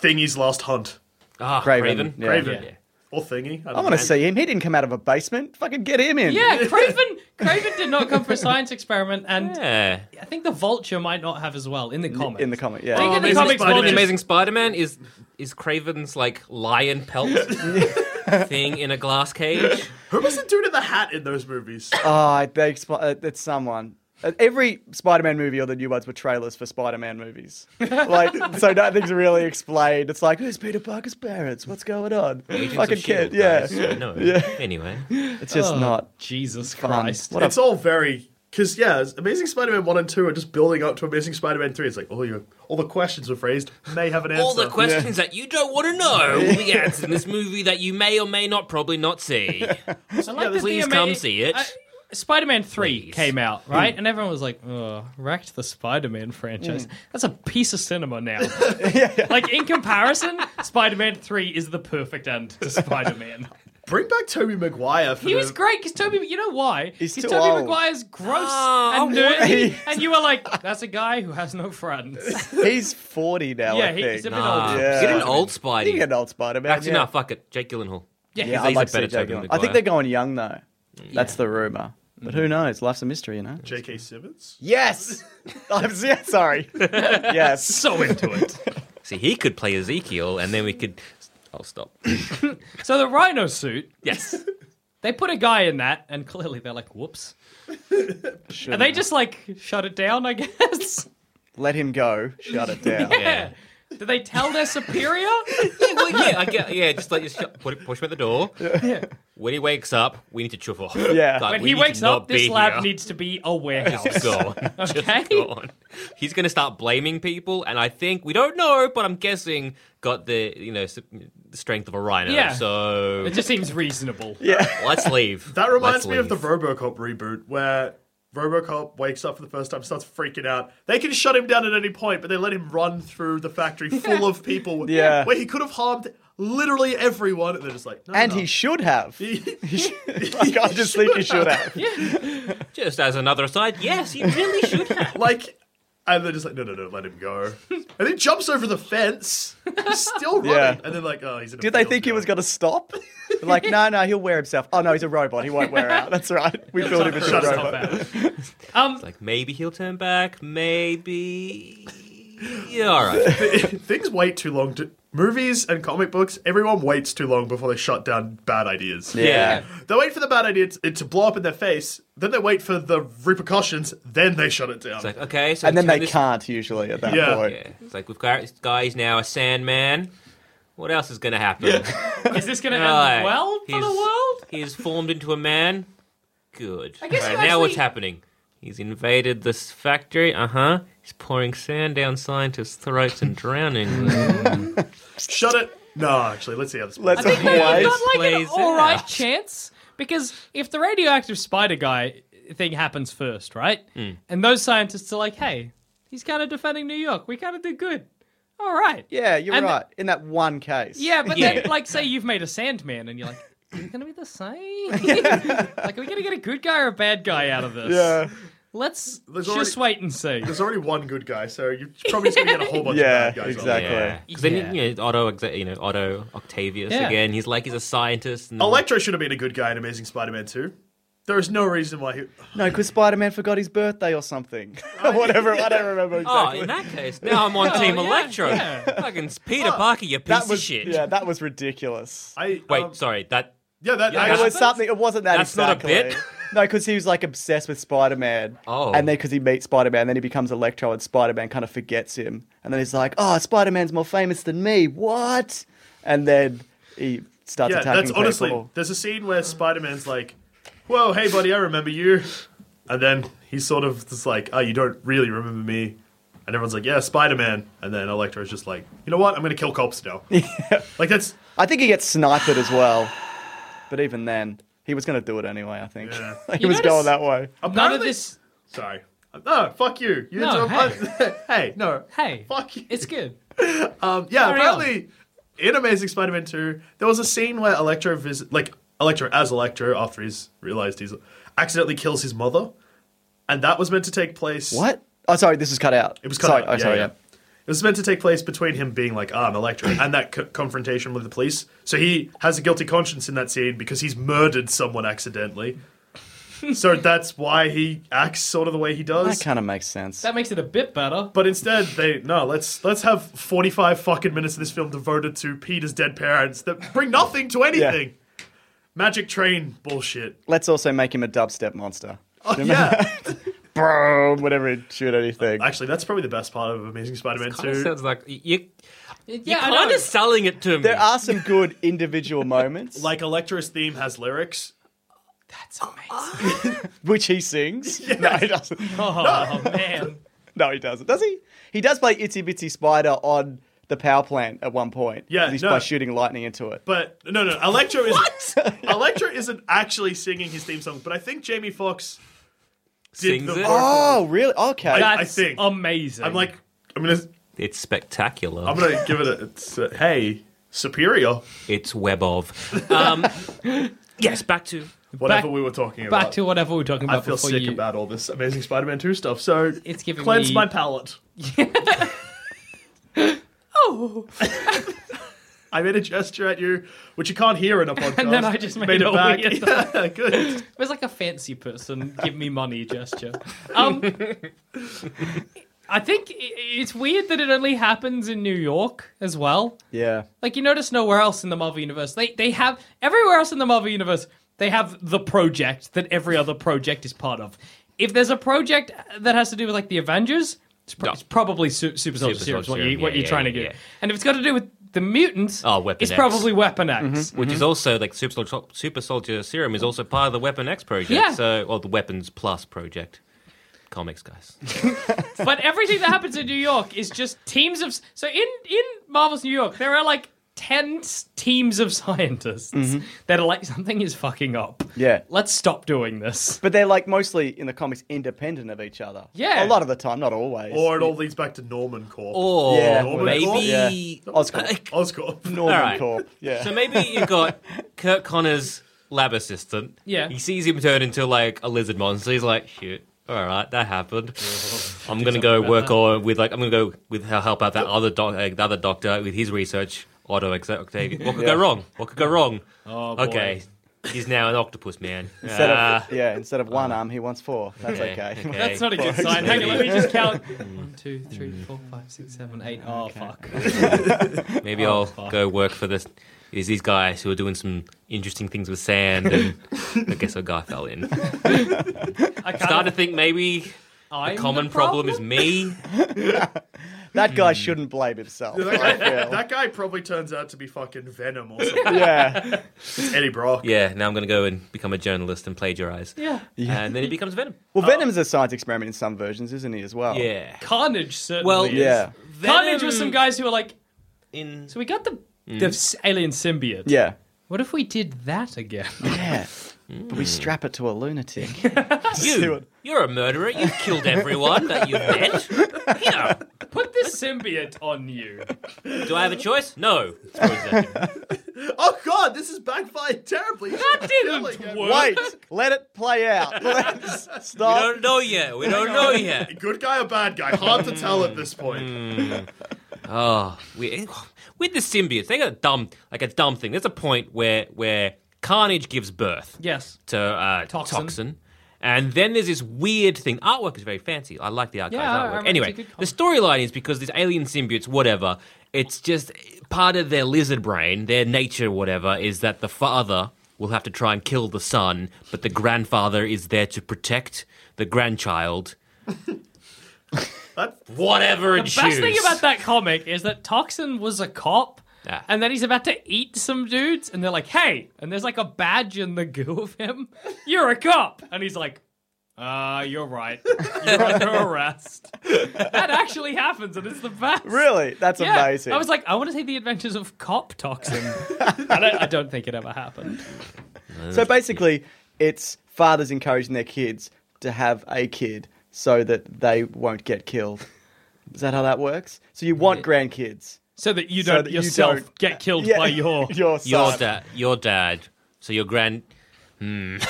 Speaker 2: Thingy's last hunt
Speaker 3: Ah,
Speaker 4: Craven,
Speaker 3: Craven.
Speaker 4: yeah.
Speaker 2: Craven.
Speaker 3: Yeah.
Speaker 2: or Thingy. I,
Speaker 4: I
Speaker 2: don't
Speaker 4: want
Speaker 2: know.
Speaker 4: to see him. He didn't come out of a basement. Fucking get him in.
Speaker 1: Yeah, Craven. Craven did not come for a science experiment, and
Speaker 3: Yeah.
Speaker 1: I think the vulture might not have as well in the comics.
Speaker 4: in the comic.
Speaker 1: I think
Speaker 4: Yeah.
Speaker 1: in the
Speaker 3: Amazing
Speaker 1: comics,
Speaker 3: Spider-Man,
Speaker 1: vultures-
Speaker 3: Amazing Spider-Man is is Craven's like lion pelt thing in a glass cage.
Speaker 2: Who was the dude in the hat in those movies?
Speaker 4: Oh, they expi- uh, it's someone. Uh, Every Spider-Man movie or the new ones were trailers for Spider-Man movies. Like, so nothing's really explained. It's like, who's Peter Parker's parents? What's going on? Fucking kid. Yeah.
Speaker 3: No. Anyway.
Speaker 4: It's just not.
Speaker 1: Jesus
Speaker 4: fun.
Speaker 1: Christ.
Speaker 4: What a
Speaker 2: it's all very because yeah, Amazing Spider-Man one and two are just building up to Amazing Spider-Man three. It's like all your all the questions were phrased may have an answer.
Speaker 3: All the questions that you don't want to know will be answered in this movie that you may or may not probably not see.
Speaker 1: I like that
Speaker 3: Please
Speaker 1: the
Speaker 3: come
Speaker 1: Ama-
Speaker 3: see it.
Speaker 1: I- Spider-Man 3
Speaker 3: Please.
Speaker 1: came out, right?
Speaker 4: Hmm.
Speaker 1: And everyone was like, oh, wrecked the Spider-Man franchise. That's a piece of cinema now. Like, in comparison, Spider-Man 3 is the perfect end to Spider-Man.
Speaker 2: Bring back Toby Maguire for
Speaker 1: He
Speaker 2: the-
Speaker 1: was great because Toby. You know why?
Speaker 4: He's
Speaker 1: Because
Speaker 4: too
Speaker 1: Toby
Speaker 4: old.
Speaker 1: Maguire's gross
Speaker 3: Oh,
Speaker 1: and nerdy, and you were like, "That's a guy who has no friends."
Speaker 4: He's 40 now,
Speaker 1: yeah,
Speaker 4: I
Speaker 1: he,
Speaker 4: think.
Speaker 1: he's a bit
Speaker 3: Nah.
Speaker 1: older.
Speaker 4: Yeah.
Speaker 3: Ah, Get an old Spidey.
Speaker 4: You can get an old Spider Man.
Speaker 3: Actually,
Speaker 4: yeah.
Speaker 3: no, fuck it. Jake Gyllenhaal.
Speaker 1: Yeah,
Speaker 4: Yeah,
Speaker 3: he's
Speaker 4: I'd
Speaker 3: a
Speaker 4: like to see
Speaker 3: better
Speaker 4: Jake
Speaker 3: Tobey
Speaker 4: Gyllenhaal. I
Speaker 3: Maguire.
Speaker 4: think they're going young, though. That's the rumor. But who knows? Life's a mystery, you know?
Speaker 2: J.K. Simmons.
Speaker 4: Yes! I'm yeah, sorry. yes.
Speaker 1: So into it.
Speaker 3: See, he could play Ezekiel, and then we could. I'll stop.
Speaker 1: so the rhino suit,
Speaker 3: yes.
Speaker 1: they put a guy in that, and clearly they're like, "Whoops." and they just like shut it down, I guess.
Speaker 4: Let him go. Shut it down.
Speaker 3: Yeah.
Speaker 1: Do they tell their superior?
Speaker 3: yeah, well, yeah, I get, yeah, just like just shut, put, push him at the door. When he wakes up, we need to chuff off.
Speaker 4: Yeah.
Speaker 3: Like,
Speaker 1: When
Speaker 3: we
Speaker 1: he
Speaker 3: need to
Speaker 1: wakes
Speaker 3: not
Speaker 1: up, this
Speaker 3: be
Speaker 1: lab
Speaker 3: here.
Speaker 1: needs to be a warehouse.
Speaker 3: Just gone. Just
Speaker 1: Okay.
Speaker 3: gone. He's going to start blaming people, and I think we don't know, but I'm guessing got the you know s- the strength of a rhino.
Speaker 1: Yeah.
Speaker 3: So
Speaker 1: It just seems reasonable.
Speaker 4: Yeah.
Speaker 3: let's leave.
Speaker 2: That reminds
Speaker 3: Let's
Speaker 2: me of the
Speaker 3: leave.
Speaker 2: RoboCop reboot where RoboCop wakes up for the first time, starts freaking out. They can shut him down at any point, but they let him run through the factory full of people.
Speaker 4: Yeah.
Speaker 2: where he could have harmed literally everyone, and they're just like, no,
Speaker 4: And
Speaker 2: no.
Speaker 4: he should have.
Speaker 2: he.
Speaker 4: Like, I just think he should have.
Speaker 3: Just as another aside, yes, he really should have.
Speaker 2: like, and they're just like, no, no, no, let him go. And he jumps over the fence, he's still running,
Speaker 4: Yeah.
Speaker 2: and then like, oh, he's. In a
Speaker 4: Did they
Speaker 2: field
Speaker 4: think he
Speaker 2: now.
Speaker 4: was going to stop? Like, no, no, he'll wear himself. Oh, no, he's a robot. He won't wear out. That's right. We built him into a
Speaker 2: Shut up.
Speaker 4: robot.
Speaker 1: Um,
Speaker 3: Like maybe he'll turn back. Maybe. Yeah, all right.
Speaker 2: Things wait too long. To, movies and comic books, everyone waits too long before they shut down bad ideas.
Speaker 3: Yeah.
Speaker 2: They wait for the bad idea to, to blow up in their face, then they wait for the repercussions, then they shut it down.
Speaker 3: It's like okay, so
Speaker 4: And then
Speaker 3: turn
Speaker 4: they
Speaker 3: this-
Speaker 4: can't usually at that
Speaker 2: Yeah.
Speaker 4: point.
Speaker 3: Yeah, it's like we've got this guy's now a Sandman. What else is going to happen?
Speaker 1: is this going to end
Speaker 3: Right.
Speaker 1: well for the
Speaker 3: He's-
Speaker 1: world?
Speaker 3: He's formed into a man. Good.
Speaker 1: I guess
Speaker 3: Right,
Speaker 1: you
Speaker 3: now what's
Speaker 1: actually-
Speaker 3: happening? He's invaded this factory. Uh huh. He's pouring sand down scientists' throats and drowning.
Speaker 4: Mm-hmm.
Speaker 3: them.
Speaker 2: Shut it. No, actually, let's see how this plays. out.
Speaker 4: Let's
Speaker 1: I think they've
Speaker 4: Otherwise-
Speaker 1: got like an
Speaker 3: Plays
Speaker 1: alright
Speaker 3: out.
Speaker 1: chance because if the radioactive spider guy thing happens first, right?
Speaker 3: Hmm.
Speaker 1: And those scientists are like, hey, he's kind of defending New York. We kind of did good. All right.
Speaker 4: Yeah, you're
Speaker 1: And-
Speaker 4: right. In that one case.
Speaker 1: Yeah, but then,
Speaker 3: Yeah.
Speaker 1: like, say you've made a Sandman and you're like, is it going to be the same? like, are we going to get a good guy or a bad guy out of this?
Speaker 4: Yeah.
Speaker 1: Let's
Speaker 2: There's
Speaker 1: just wait and see.
Speaker 2: There's already one good guy, so you're probably just going to get a whole bunch
Speaker 4: Yeah,
Speaker 2: of bad guys.
Speaker 4: exactly.
Speaker 3: Yeah. 'Cause then
Speaker 1: Yeah.
Speaker 3: you know Otto, exa- you know Otto Octavius
Speaker 1: Yeah.
Speaker 3: again. He's like he's a scientist. And
Speaker 4: Oh,
Speaker 2: On. Electro should have been a good guy in Amazing Spider-Man 2. There is no reason why he...
Speaker 4: No, because Spider Man forgot his birthday or something. Whatever. I don't remember exactly.
Speaker 3: Oh, in that case, now I'm on
Speaker 1: Oh,
Speaker 3: Team
Speaker 1: yeah,
Speaker 3: Electro.
Speaker 1: yeah.
Speaker 3: Fucking Peter Parker, you piece
Speaker 4: Oh, that
Speaker 3: of
Speaker 4: was
Speaker 3: shit.
Speaker 4: yeah, that was ridiculous.
Speaker 2: I,
Speaker 3: Wait,
Speaker 2: um,
Speaker 3: sorry. That
Speaker 2: Yeah, that...
Speaker 3: Yeah,
Speaker 2: I-
Speaker 4: it was
Speaker 3: that's-
Speaker 4: something. It wasn't that.
Speaker 3: that's not a
Speaker 4: exactly.
Speaker 3: bit.
Speaker 4: No, because he was like obsessed with Spider Man.
Speaker 3: Oh.
Speaker 4: And then because he meets Spider Man, then he becomes Electro, and Spider Man kind of forgets him. And then he's like, "Oh, Spider Man's more famous than me. What?" And then he starts
Speaker 2: yeah,
Speaker 4: attacking
Speaker 2: that's honestly...
Speaker 4: people.
Speaker 2: There's a scene where Spider-Man's like, Whoa, hey, buddy, I remember you. And then he's sort of just like, oh, you don't really remember me. And everyone's like, yeah, Spider-Man. And then Electro's just like, you know what? I'm going to kill cops now. Like, that's...
Speaker 4: I think he gets sniped as well. But even then, he was going to do it anyway. I think
Speaker 2: Yeah.
Speaker 4: he
Speaker 1: You
Speaker 4: was
Speaker 1: notice-
Speaker 4: going that way.
Speaker 1: None of
Speaker 2: Apparently-
Speaker 1: this.
Speaker 2: Sorry. No, fuck you. You
Speaker 1: No,
Speaker 2: interrupt- hey, no.
Speaker 1: Hey.
Speaker 2: Fuck you.
Speaker 1: It's good.
Speaker 2: Um, yeah,
Speaker 1: Carry
Speaker 2: apparently in Amazing Spider-Man 2, there was a scene where Electro visit, like Electro as Electro after he's realized he's accidentally kills his mother, and that was meant to take place.
Speaker 4: What? Oh, sorry, this was cut out.
Speaker 2: It was cut
Speaker 4: sorry.
Speaker 2: out.
Speaker 4: Oh,
Speaker 2: yeah,
Speaker 4: sorry.
Speaker 2: yeah. It was meant to take place between him being like, "Ah, I'm Electro," and that co- confrontation with the police. So he has a guilty conscience in that scene because he's murdered someone accidentally. so that's why he acts sort of the way he does.
Speaker 4: That kind of makes sense.
Speaker 1: That makes it a bit better.
Speaker 2: But instead, they no. Let's let's have forty five fucking minutes of this film devoted to Peter's dead parents that bring nothing to anything. Magic train bullshit.
Speaker 4: Let's also make him a dubstep monster.
Speaker 2: Oh, yeah,
Speaker 4: Bro, whatever it shoot anything.
Speaker 2: actually, that's probably the best part of Amazing Spider Man
Speaker 3: kind of
Speaker 2: Two.
Speaker 3: sounds like you.
Speaker 1: Yeah, I
Speaker 3: you're kind
Speaker 1: know.
Speaker 3: of selling it to me.
Speaker 4: There are some good individual moments,
Speaker 2: like Electra's theme has lyrics.
Speaker 1: That's amazing.
Speaker 4: which he sings. No, he doesn't.
Speaker 1: Oh, man.
Speaker 4: No, he doesn't. Does he? He does play Itsy Bitsy Spider on the power plant at one point.
Speaker 2: Yeah,
Speaker 4: he's
Speaker 2: no.
Speaker 4: by shooting lightning into it.
Speaker 2: But no, no, Electro is Electra isn't actually singing his theme song. But I think Jamie Foxx did
Speaker 3: Sings
Speaker 2: the
Speaker 3: it?
Speaker 2: vocal.
Speaker 4: oh, really? Okay.
Speaker 2: I-
Speaker 1: That's
Speaker 2: think-
Speaker 1: amazing.
Speaker 2: I'm like, I'm gonna,
Speaker 3: It's spectacular.
Speaker 2: I'm gonna give it a. It's a hey, Superior.
Speaker 3: It's web of. Um, yes, back to
Speaker 2: Whatever
Speaker 1: Back-
Speaker 2: we were talking about.
Speaker 1: Back to whatever we were talking
Speaker 2: I
Speaker 1: about
Speaker 2: feel
Speaker 1: before
Speaker 2: sick
Speaker 1: you.
Speaker 2: about all this Amazing Spider-Man 2 stuff. So
Speaker 1: It's giving
Speaker 2: cleanse
Speaker 1: me-
Speaker 2: my palate. oh.
Speaker 1: Oh.
Speaker 2: I made a gesture at you, which you can't hear in a podcast.
Speaker 1: then I just made a
Speaker 2: it back.
Speaker 1: weird-
Speaker 2: Yeah, good.
Speaker 1: It was like a fancy person, give me money gesture. Um, I think i- it's weird that it only happens in New York as well.
Speaker 4: Yeah.
Speaker 1: Like you notice nowhere else in the Marvel universe. They they have everywhere else in the Marvel universe. They have the project that every other project is part of. If there's a project that has to do with like the Avengers, it's, pro-
Speaker 3: No.
Speaker 1: it's probably su- Super Soldier
Speaker 3: Super
Speaker 1: Serum. is What,
Speaker 3: Soldier
Speaker 1: you, what
Speaker 3: Serum,
Speaker 1: you're
Speaker 3: yeah,
Speaker 1: trying
Speaker 3: yeah,
Speaker 1: to
Speaker 3: yeah.
Speaker 1: get. And if it's got to do with the mutants,
Speaker 3: Oh, Weapon
Speaker 1: it's
Speaker 3: X. Mm-hmm.
Speaker 1: probably Weapon X.
Speaker 3: which is also like Super Soldier, Super Soldier Serum is also part of the Weapon X project.
Speaker 1: Yeah.
Speaker 3: So, well, the Weapons Plus project. Comics, guys.
Speaker 1: but everything that happens in New York is just teams of so in in Marvel's New York there are like ten s- teams of scientists
Speaker 3: Mm-hmm.
Speaker 1: that are like something is fucking up.
Speaker 4: Yeah.
Speaker 1: let's stop doing this.
Speaker 4: But they're like mostly in the comics independent of each other.
Speaker 1: Yeah.
Speaker 4: A lot of the time, not always.
Speaker 2: Or it all leads back to Norman Corp.
Speaker 3: Or
Speaker 4: Yeah.
Speaker 3: maybe.
Speaker 4: Oscorp.
Speaker 2: Oscorp.
Speaker 4: Norman
Speaker 3: All right.
Speaker 4: Corp. Yeah.
Speaker 3: So maybe you got Kurt Connor's lab assistant.
Speaker 1: Yeah.
Speaker 3: He sees him turn into like a lizard monster. He's like, shit. All right, that happened. I'm gonna go work on with like I'm gonna go with he- help out that other doc, uh, the other doctor with his research. Otto ex- Octavius. What could go wrong? What could go wrong?
Speaker 1: Oh, boy.
Speaker 3: okay, he's now an octopus man.
Speaker 4: Instead of,
Speaker 3: Ah,
Speaker 4: yeah, instead of one arm, he wants four. That's okay.
Speaker 3: okay.
Speaker 1: That's not a good sign. Hang on, let me just count. One, two, three, four, five, six, seven, eight. Oh fuck!
Speaker 3: Ah, Maybe
Speaker 1: Oh,
Speaker 3: I'll go work for this. Is these guys who are doing some interesting things with sand? And I guess a guy fell in.
Speaker 1: I kind
Speaker 3: Started to think maybe
Speaker 1: I'm
Speaker 3: the common problem is me.
Speaker 4: That guy shouldn't blame himself.
Speaker 2: That
Speaker 4: I
Speaker 2: guy,
Speaker 4: feel.
Speaker 2: that guy probably turns out to be fucking Venom or something.
Speaker 4: yeah.
Speaker 2: It's Eddie Brock.
Speaker 3: Yeah, now I'm going to go and become a journalist and plagiarize.
Speaker 1: Yeah.
Speaker 3: And then he becomes Venom.
Speaker 4: Well,
Speaker 2: Oh.
Speaker 4: Venom's a science experiment in some versions, isn't he, as
Speaker 3: Oh.
Speaker 4: well?
Speaker 3: Yeah.
Speaker 1: Carnage certainly.
Speaker 3: Well,
Speaker 1: is.
Speaker 4: Yeah.
Speaker 1: Carnage
Speaker 3: Venom
Speaker 1: was some guys who were like,
Speaker 3: In...
Speaker 1: so we got the the s- alien symbiote.
Speaker 4: Yeah.
Speaker 1: What if we did that again?
Speaker 4: Yeah.
Speaker 3: Mm.
Speaker 4: But we strap it to a lunatic.
Speaker 3: You,
Speaker 4: Stewart.
Speaker 3: you're a murderer. You've killed everyone that you've met. Here.
Speaker 1: Put this symbiote on you.
Speaker 3: Do I have a choice? No. Suppose that-
Speaker 2: Oh god, this is backfired terribly. That
Speaker 1: didn't work.
Speaker 4: Wait, let it play out. Let's
Speaker 3: We
Speaker 4: stop.
Speaker 3: don't know yet. We don't know yet.
Speaker 2: Good guy or bad guy? Hard to tell at this point.
Speaker 3: Oh, we, with the symbiotes, they got a dumb, like a dumb thing. There's a point where where Carnage gives birth
Speaker 1: Yes.
Speaker 3: to uh,
Speaker 1: Toxin.
Speaker 3: toxin. and then there's this weird thing. Artwork is very fancy. I like the art
Speaker 1: Yeah, I
Speaker 3: guy's
Speaker 1: remember
Speaker 3: artwork. Anyway,
Speaker 1: it's a good
Speaker 3: the storyline is because these alien symbiotes, whatever, it's just part of their lizard brain, their nature, whatever, is that the father will have to try and kill the son, but the grandfather is there to protect the grandchild.
Speaker 2: That-
Speaker 3: Whatever it
Speaker 1: The best thing
Speaker 3: choose.
Speaker 1: about that comic is that Toxin was a cop,
Speaker 3: Yeah.
Speaker 1: and then he's about to eat some dudes, and they're like, "Hey!" And there's like a badge in the goo of him. You're a cop, and he's like, "Uh, you're right. You're under arrest." that actually happens, and it's the best.
Speaker 4: Really? That's
Speaker 1: Yeah.
Speaker 4: amazing.
Speaker 1: I was like, I want to see the adventures of cop Toxin. I, don't, I don't think it ever happened.
Speaker 4: so basically, it's fathers encouraging their kids to have a kid so that they won't get killed. Is that how that works? So you want grandkids.
Speaker 1: So that you
Speaker 4: So
Speaker 1: don't
Speaker 4: that you
Speaker 1: yourself
Speaker 4: don't-
Speaker 1: get killed
Speaker 4: Yeah.
Speaker 1: by your.
Speaker 4: Your
Speaker 3: your
Speaker 4: son.
Speaker 3: dad, your dad. So your grand,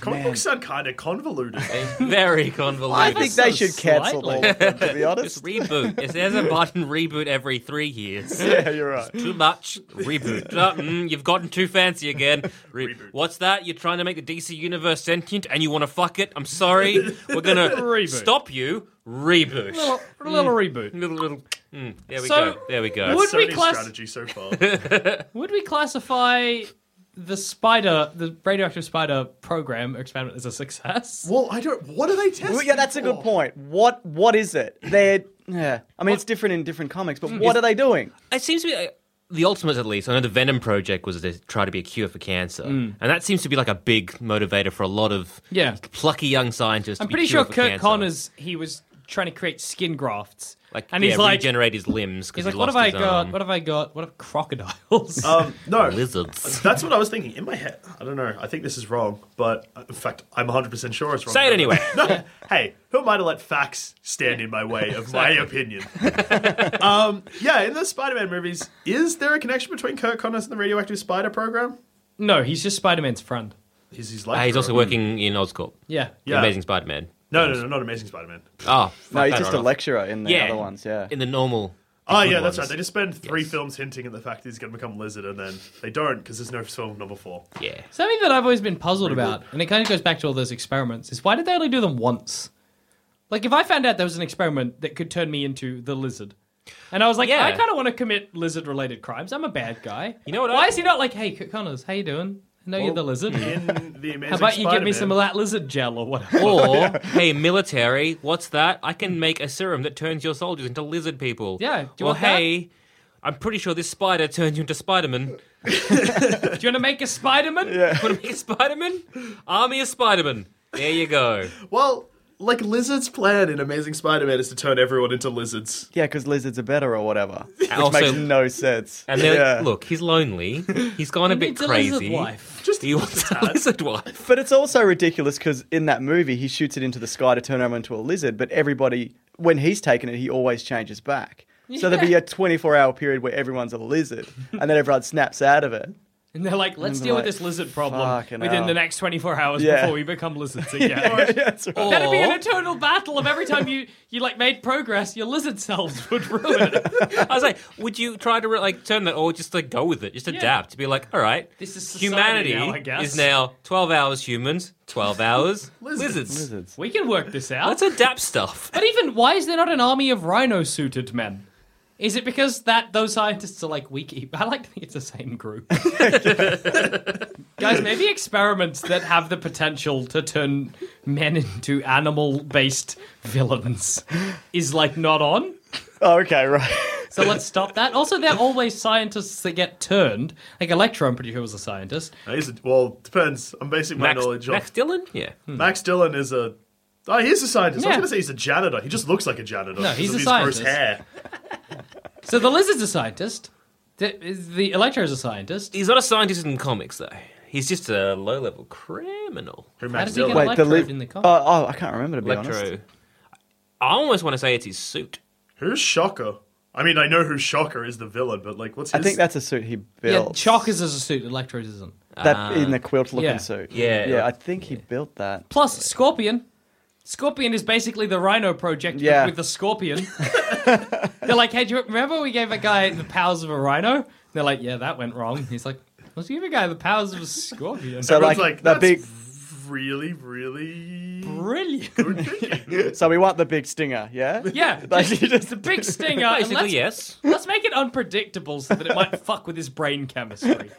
Speaker 2: comic books sound kind of convoluted.
Speaker 3: very convoluted.
Speaker 4: I think they
Speaker 1: so
Speaker 4: should cancel all
Speaker 1: slightly.
Speaker 4: of them, to be honest.
Speaker 3: Just reboot. If there's a button, reboot every three years.
Speaker 4: yeah, you're right.
Speaker 3: Too much. Reboot. No, mm, you've gotten too fancy again. Re- What's that? You're trying to make the DC universe sentient, and you want to fuck it? I'm sorry. We're gonna
Speaker 1: Reboot.
Speaker 3: stop you. Reboot.
Speaker 1: Little, little reboot.
Speaker 3: Little little. Mm, there we
Speaker 1: So-
Speaker 3: go. There we go.
Speaker 1: That's Would we
Speaker 2: Sony's
Speaker 1: class-
Speaker 2: strategy so far.
Speaker 1: Would we classify the spider, the radioactive spider program experiment as a success?
Speaker 2: well, I don't. What are they testing?
Speaker 4: Well, yeah, that's a good
Speaker 2: for?
Speaker 4: point. What What is it? They're. Yeah. I mean, it's different in different comics,
Speaker 3: Hmm.
Speaker 4: but what are they doing?
Speaker 3: It seems to be uh, the ultimate, at least. I know the Venom project was to try to be a cure for cancer, and that seems to be like a big motivator for a lot of
Speaker 1: Mm. Yeah.
Speaker 3: plucky young scientists. to
Speaker 1: I'm
Speaker 3: be
Speaker 1: pretty sure
Speaker 3: cured for
Speaker 1: Kurt
Speaker 3: cancer.
Speaker 1: Connors, he was trying to create skin grafts.
Speaker 3: Like,
Speaker 1: And
Speaker 3: yeah,
Speaker 1: he's like-
Speaker 3: regenerate his limbs because
Speaker 1: He's
Speaker 3: he
Speaker 1: like, what
Speaker 3: lost
Speaker 1: have I
Speaker 3: his um,
Speaker 1: got?
Speaker 3: arm.
Speaker 1: What have I got? What have crocodiles?
Speaker 2: Um, no,
Speaker 3: Lizards.
Speaker 2: that's what I was thinking in my head. I don't know. I think this is wrong, but uh, in fact, I'm 100 percent sure it's wrong.
Speaker 3: Say it anyway.
Speaker 2: no, hey, who am I to let facts stand in my way of my opinion? um, yeah, in the Spider-Man movies, is there a connection between Kirk Connors and the radioactive spider program?
Speaker 1: no, he's just Spider Man's friend.
Speaker 2: He's his
Speaker 3: Uh,
Speaker 2: life.
Speaker 3: he's also working in Oscorp.
Speaker 1: Yeah.
Speaker 2: Yeah.
Speaker 3: Amazing Spider-Man.
Speaker 2: No, no, no, not Amazing Spider-Man.
Speaker 3: Oh, fuck
Speaker 4: No, he's
Speaker 3: that
Speaker 4: just
Speaker 3: right
Speaker 4: a
Speaker 3: off.
Speaker 4: lecturer in the
Speaker 3: Yeah.
Speaker 4: other ones. Yeah.
Speaker 3: In the normal.
Speaker 2: Oh
Speaker 3: good
Speaker 2: yeah, that's right.
Speaker 3: ones.
Speaker 2: They just spend three
Speaker 3: Yes.
Speaker 2: films hinting at the fact that he's going to become Lizard, and then they don't because there's no film number four.
Speaker 3: Yeah.
Speaker 1: Something that I've always been puzzled about, and it kind of goes back to all those experiments, is why did they only do them once? Like, if I found out there was an experiment that could turn me into the lizard, and I was like,
Speaker 3: Yeah.
Speaker 1: I kind of want to commit lizard-related crimes. I'm a bad guy.
Speaker 3: You know what
Speaker 1: Why
Speaker 3: I-
Speaker 1: is he not like, hey, Kurt Connors, how you doing? I know you're the lizard. How
Speaker 2: In the Amazing
Speaker 1: about you give me
Speaker 2: Spider-Man-
Speaker 1: some of that lizard gel or whatever?
Speaker 3: Or, hey, military, what's that? I can make a serum that turns your soldiers into lizard people.
Speaker 1: Yeah, do you
Speaker 3: Well,
Speaker 1: want that?
Speaker 3: hey, I'm pretty sure this spider turns you into Spider-Man.
Speaker 1: Do you want to make a Spider-Man?
Speaker 3: Want to be a Spider-Man? Army of Spider-Man. There you go.
Speaker 2: Well, like Lizard's plan in Amazing Spider-Man is to turn everyone into lizards.
Speaker 4: Yeah, because lizards are better or whatever. Which
Speaker 3: also-
Speaker 4: makes no sense.
Speaker 3: And then,
Speaker 4: yeah.
Speaker 3: look, he's lonely. He's gone a
Speaker 1: He
Speaker 3: bit
Speaker 1: needs a
Speaker 3: crazy.
Speaker 1: lizard wife.
Speaker 2: Just
Speaker 3: He wants a lizard wife.
Speaker 4: But it's also ridiculous because in that movie, he shoots it into the sky to turn him into a lizard, but everybody, when he's taken it, he always changes back. So there'd be
Speaker 1: Yeah.
Speaker 4: a 24 hour period where everyone's a lizard, and then everyone snaps out of it.
Speaker 1: And they're like, let's
Speaker 4: And
Speaker 1: deal with
Speaker 4: like,
Speaker 1: this lizard problem
Speaker 4: fucking
Speaker 1: within
Speaker 4: hell.
Speaker 1: the next 24 hours
Speaker 4: Yeah.
Speaker 1: before we become lizards again.
Speaker 4: That's right.
Speaker 1: That'd be an
Speaker 3: Or-
Speaker 1: eternal battle of every time you, you like made progress, your lizard selves would ruin it.
Speaker 3: I was like, would you try to like turn that, or just like go with it, just adapt? Be like, all right,
Speaker 1: This is society
Speaker 3: humanity
Speaker 1: now, I guess.
Speaker 3: is now twelve hours humans, twelve hours
Speaker 2: Lizards.
Speaker 3: lizards.
Speaker 4: Lizards.
Speaker 1: We can work this out.
Speaker 3: Let's adapt stuff.
Speaker 1: but even why is there not an army of rhino-suited men? Is it because that those scientists are like we keep? I like to think it's the same group. Guys, maybe experiments that have the potential to turn men into animal-based villains is like not on.
Speaker 4: Oh, okay, right.
Speaker 1: So let's stop that. Also, there are always scientists that get turned. Like Electro, I'm pretty sure was a scientist.
Speaker 2: Now, he's a- well, depends. I'm basing my
Speaker 3: Max,
Speaker 2: knowledge
Speaker 3: Max Dillon, yeah.
Speaker 4: Hmm.
Speaker 2: on Mm. Max Dillon is a. Oh, he's a scientist. I was
Speaker 1: Yeah.
Speaker 2: going to say he's a janitor. He just looks like a janitor.
Speaker 1: No, he's
Speaker 2: because
Speaker 1: a
Speaker 2: of his
Speaker 1: scientist.
Speaker 2: Gross hair.
Speaker 1: So the lizard's a scientist. The, the Electro's a scientist.
Speaker 3: He's not a scientist in comics though. He's just a low-level criminal.
Speaker 2: Who
Speaker 1: How
Speaker 2: Max
Speaker 1: does he get
Speaker 2: Dillon?
Speaker 4: Wait,
Speaker 1: Electro
Speaker 4: the li-
Speaker 1: in the comic?
Speaker 4: Oh, oh, I can't remember to be honest.
Speaker 3: Electro. I almost want to say it's his suit.
Speaker 2: Who's Shocker? I mean, I know who Shocker is the villain, but like, what's
Speaker 4: I
Speaker 2: his?
Speaker 4: think that's a suit he
Speaker 1: yeah,
Speaker 4: built.
Speaker 1: Chalkers is a suit. Electro's isn't.
Speaker 4: that in the quilt-looking
Speaker 1: yeah.
Speaker 4: suit.
Speaker 3: Ah. Yeah.
Speaker 4: yeah. I think he built that.
Speaker 1: Plus Scorpion. Scorpion is basically the Rhino project but
Speaker 4: Yeah.
Speaker 1: with the Scorpion. They're like, hey, do you remember we gave a guy the powers of a Rhino? And they're like, yeah, that went wrong. He's like, let's give a guy the powers of a Scorpion.
Speaker 4: So
Speaker 2: Everyone's
Speaker 4: like,
Speaker 2: like,
Speaker 4: the
Speaker 2: that's
Speaker 4: big.
Speaker 2: really, really.
Speaker 1: Brilliant.
Speaker 2: good thinking.
Speaker 4: So we want the big stinger, yeah.
Speaker 1: Yeah,
Speaker 4: Like,
Speaker 1: just-
Speaker 4: you just-
Speaker 1: it's a big stinger. and
Speaker 3: Basically,
Speaker 1: let's,
Speaker 3: yes.
Speaker 1: let's make it unpredictable so that it might fuck with his brain chemistry.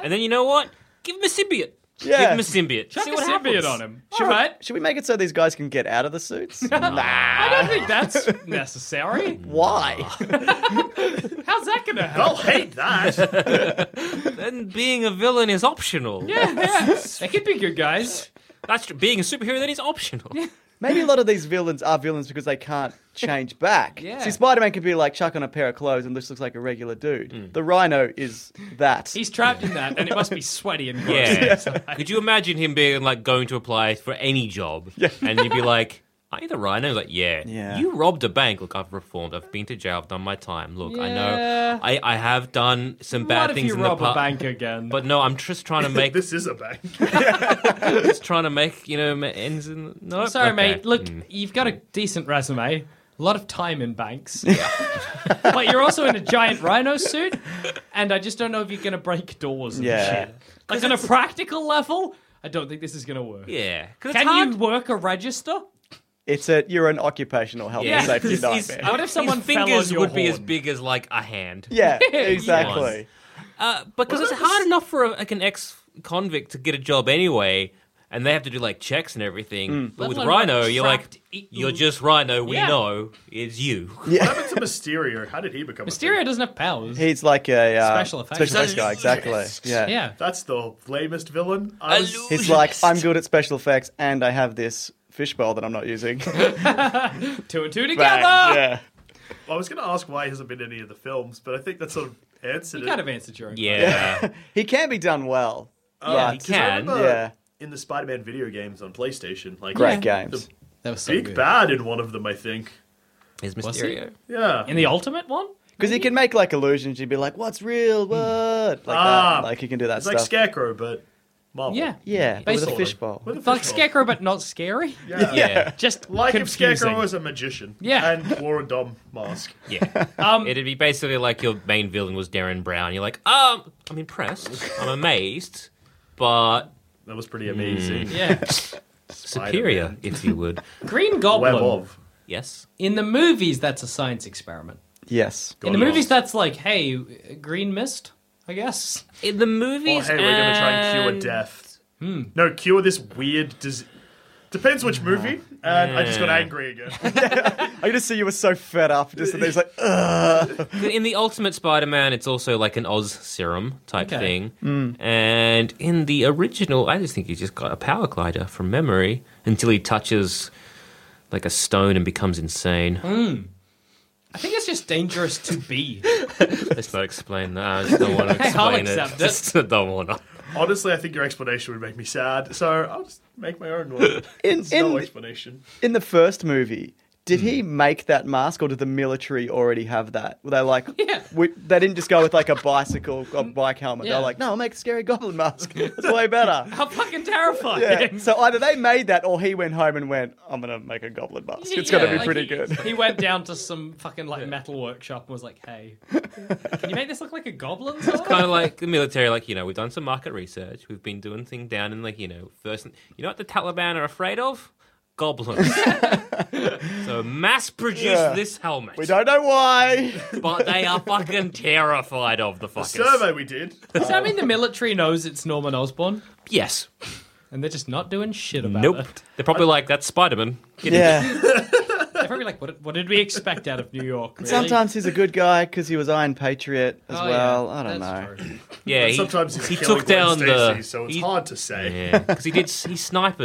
Speaker 3: And then you know what? Give him a symbiote.
Speaker 4: Yeah.
Speaker 3: Give him a symbiote.
Speaker 1: Chuck
Speaker 3: See
Speaker 1: a
Speaker 3: what happens.
Speaker 1: symbiote on him. All right.
Speaker 4: Should we make it so these guys can get out of the suits?
Speaker 1: I don't think that's necessary.
Speaker 4: Why?
Speaker 1: How's that gonna
Speaker 2: I'll
Speaker 1: help?
Speaker 2: hate that.
Speaker 3: Then being a villain is optional.
Speaker 1: Yeah, yeah. They could be good guys.
Speaker 3: That's tr- being a superhero then is optional.
Speaker 4: Maybe a lot of these villains are villains because they can't change back.
Speaker 1: Yeah.
Speaker 4: See, Spider Man could be like chuck on a pair of clothes and just looks like a regular dude. The Rhino is that.
Speaker 1: He's trapped in that, and it must be sweaty and gross.
Speaker 3: Yeah. Could you imagine him being like going to apply for any job and you'd be like, Are you the rhino? He's like, yeah.
Speaker 4: Yeah.
Speaker 3: You robbed a bank. Look, I've reformed. I've been to jail. I've done my time. Look, I
Speaker 1: Yeah.
Speaker 3: know I, I have done some
Speaker 1: What
Speaker 3: bad
Speaker 1: if
Speaker 3: things
Speaker 1: you
Speaker 3: in the
Speaker 1: rob a
Speaker 3: past.
Speaker 1: bank again?
Speaker 3: But no, I'm just trying to make
Speaker 2: this is a bank.
Speaker 3: just trying to make, you know, ma- ends in no.
Speaker 1: Sorry,
Speaker 3: okay. Hmm.
Speaker 1: mate. Look, you've got a decent resume, a lot of time in banks, but you're also in a giant rhino suit, and I just don't know if you're gonna break doors and
Speaker 4: Yeah.
Speaker 1: shit. Like on a practical level, I don't think this is gonna work.
Speaker 3: Yeah. 'Cause it's
Speaker 1: Can
Speaker 3: hard.
Speaker 1: you work a register?
Speaker 4: It's a you're an occupational health
Speaker 3: Yeah.
Speaker 4: and safety
Speaker 3: He's- he's-
Speaker 4: nightmare.
Speaker 1: What if
Speaker 3: his
Speaker 1: someone fell on
Speaker 3: fingers
Speaker 1: your
Speaker 3: would be as
Speaker 1: horn?
Speaker 3: big as like a hand?
Speaker 4: yeah,
Speaker 1: Yes.
Speaker 4: exactly.
Speaker 3: Uh, because it's hard enough for a, like an ex convict to get a job anyway, and they have to do like checks and everything. But
Speaker 2: Mm.
Speaker 1: Let
Speaker 3: with
Speaker 1: alone,
Speaker 3: Rhino,
Speaker 1: like,
Speaker 3: you're like,
Speaker 1: trapped eat-
Speaker 3: you're just Rhino. We
Speaker 1: Yeah.
Speaker 3: know it's you.
Speaker 2: What happened to Mysterio? How did he become A
Speaker 1: Mysterio
Speaker 2: thing?
Speaker 1: doesn't have powers.
Speaker 4: He's like a uh,
Speaker 1: Special effects.
Speaker 4: effects guy, exactly. Yeah.
Speaker 1: yeah.
Speaker 2: That's the lamest villain. I was-
Speaker 3: Hello.
Speaker 4: He's like, I'm good at special effects, and I have this fishbowl that I'm not using.
Speaker 1: Two and two together.
Speaker 4: Bang. Yeah.
Speaker 2: I was going to ask why he hasn't been in any of the films, but I think that sort of answered
Speaker 1: You
Speaker 2: it.
Speaker 1: kind of answered your own
Speaker 3: Yeah.
Speaker 4: He can be done well.
Speaker 3: he
Speaker 4: but-
Speaker 2: Because I
Speaker 3: can.
Speaker 2: remember
Speaker 4: Yeah.
Speaker 2: In the Spider-Man video games on PlayStation, like
Speaker 4: Great
Speaker 2: the
Speaker 4: games.
Speaker 1: That was so
Speaker 2: Big
Speaker 1: good.
Speaker 2: Bad in one of them, I think.
Speaker 3: Is
Speaker 1: Was he?
Speaker 3: Mysterio?
Speaker 2: Yeah.
Speaker 1: In the ultimate one?
Speaker 4: Because he can make like illusions. You'd be like, "What's real? What?" Like
Speaker 2: Ah.
Speaker 4: that. Like he can do that
Speaker 2: it's
Speaker 4: stuff.
Speaker 2: like Scarecrow, but Marvel.
Speaker 1: Yeah.
Speaker 4: yeah, but with a
Speaker 1: Basically.
Speaker 4: fishbowl.
Speaker 2: With a
Speaker 1: Like
Speaker 2: fishbowl.
Speaker 1: Scarecrow, but not scary.
Speaker 2: Yeah.
Speaker 3: Yeah.
Speaker 1: Just
Speaker 2: Like
Speaker 1: confusing.
Speaker 2: if Scarecrow was a magician.
Speaker 1: Yeah.
Speaker 2: And wore a dumb mask.
Speaker 3: Yeah.
Speaker 1: Um,
Speaker 3: It'd be basically like your main villain was Darren Brown. You're like, um, I'm impressed. I'm amazed, but
Speaker 2: That was pretty amazing.
Speaker 1: yeah.
Speaker 3: superior, if you would.
Speaker 1: Green
Speaker 2: Web
Speaker 1: Goblin.
Speaker 2: of.
Speaker 3: Yes.
Speaker 1: In the movies, that's a science experiment.
Speaker 4: Yes.
Speaker 1: In the
Speaker 2: Gone
Speaker 1: movies,
Speaker 2: lost.
Speaker 1: that's like, hey, uh, green mist, I guess.
Speaker 3: In the
Speaker 2: Oh,
Speaker 3: movies.
Speaker 2: hey, we're going to try and cure death. No, cure this weird disease. Depends which movie. And I just got
Speaker 3: Yeah.
Speaker 2: angry again.
Speaker 4: I just see you were so fed up. Just that there's like, Ugh.
Speaker 3: In the Ultimate Spider-Man, it's also like an Oz serum type
Speaker 1: Okay.
Speaker 3: thing.
Speaker 4: Mm.
Speaker 3: And in the original, I just think he just got a power glider from memory until he touches like a stone and becomes insane.
Speaker 1: I think it's just dangerous to be.
Speaker 3: Let's not explain that. I just don't want to
Speaker 1: Hey, I'll
Speaker 3: explain it.
Speaker 1: accept it.
Speaker 3: Just don't want to.
Speaker 2: Honestly, I think your explanation would make me sad, so I'll just make my own one.
Speaker 4: in
Speaker 2: There's no
Speaker 4: in,
Speaker 2: explanation.
Speaker 4: in the first movie, did he make that mask, or did the military already have that? Were they like,
Speaker 1: Yeah.
Speaker 4: we, they didn't just go with like a bicycle, a bike helmet.
Speaker 1: Yeah.
Speaker 4: They're like, no, I'll make a scary goblin mask. It's way better.
Speaker 1: How fucking terrifying.
Speaker 4: Yeah. So either they made that, or he went home and went, I'm gonna make a goblin mask. It's gonna
Speaker 1: Yeah,
Speaker 4: be
Speaker 1: like,
Speaker 4: pretty
Speaker 1: he-
Speaker 4: good.
Speaker 1: He went down to some fucking like metal workshop and was like, "Hey, can you make this look like a goblin?" sort of?"
Speaker 3: kind of like the military, like, you know, we've done some market research. We've been doing things down in, like, you know, first. You know what the Taliban are afraid of? Goblins. so mass produce
Speaker 4: Yeah.
Speaker 3: this helmet.
Speaker 4: We don't know why.
Speaker 3: But they are fucking terrified of the fuckers.
Speaker 2: Survey we did.
Speaker 1: Does that mean the military knows it's Norman Osborn
Speaker 3: Yes.
Speaker 1: and they're just not doing shit about
Speaker 3: Nope.
Speaker 1: it?
Speaker 3: They're probably like, that's Spider Man.
Speaker 4: yeah.
Speaker 1: They're probably like, "What, what did we expect out of New York?" Really?
Speaker 4: Sometimes he's a good guy because he was Iron Patriot as
Speaker 1: Oh, yeah,
Speaker 4: well. I don't
Speaker 1: that's
Speaker 4: know.
Speaker 1: true.
Speaker 3: Yeah.
Speaker 2: But
Speaker 3: he-
Speaker 2: sometimes he's
Speaker 3: he
Speaker 2: killing
Speaker 3: took down
Speaker 2: Gwen Stacy,
Speaker 3: the-
Speaker 2: so it's
Speaker 3: he-
Speaker 2: hard to say.
Speaker 3: Yeah. Because he did. He sniped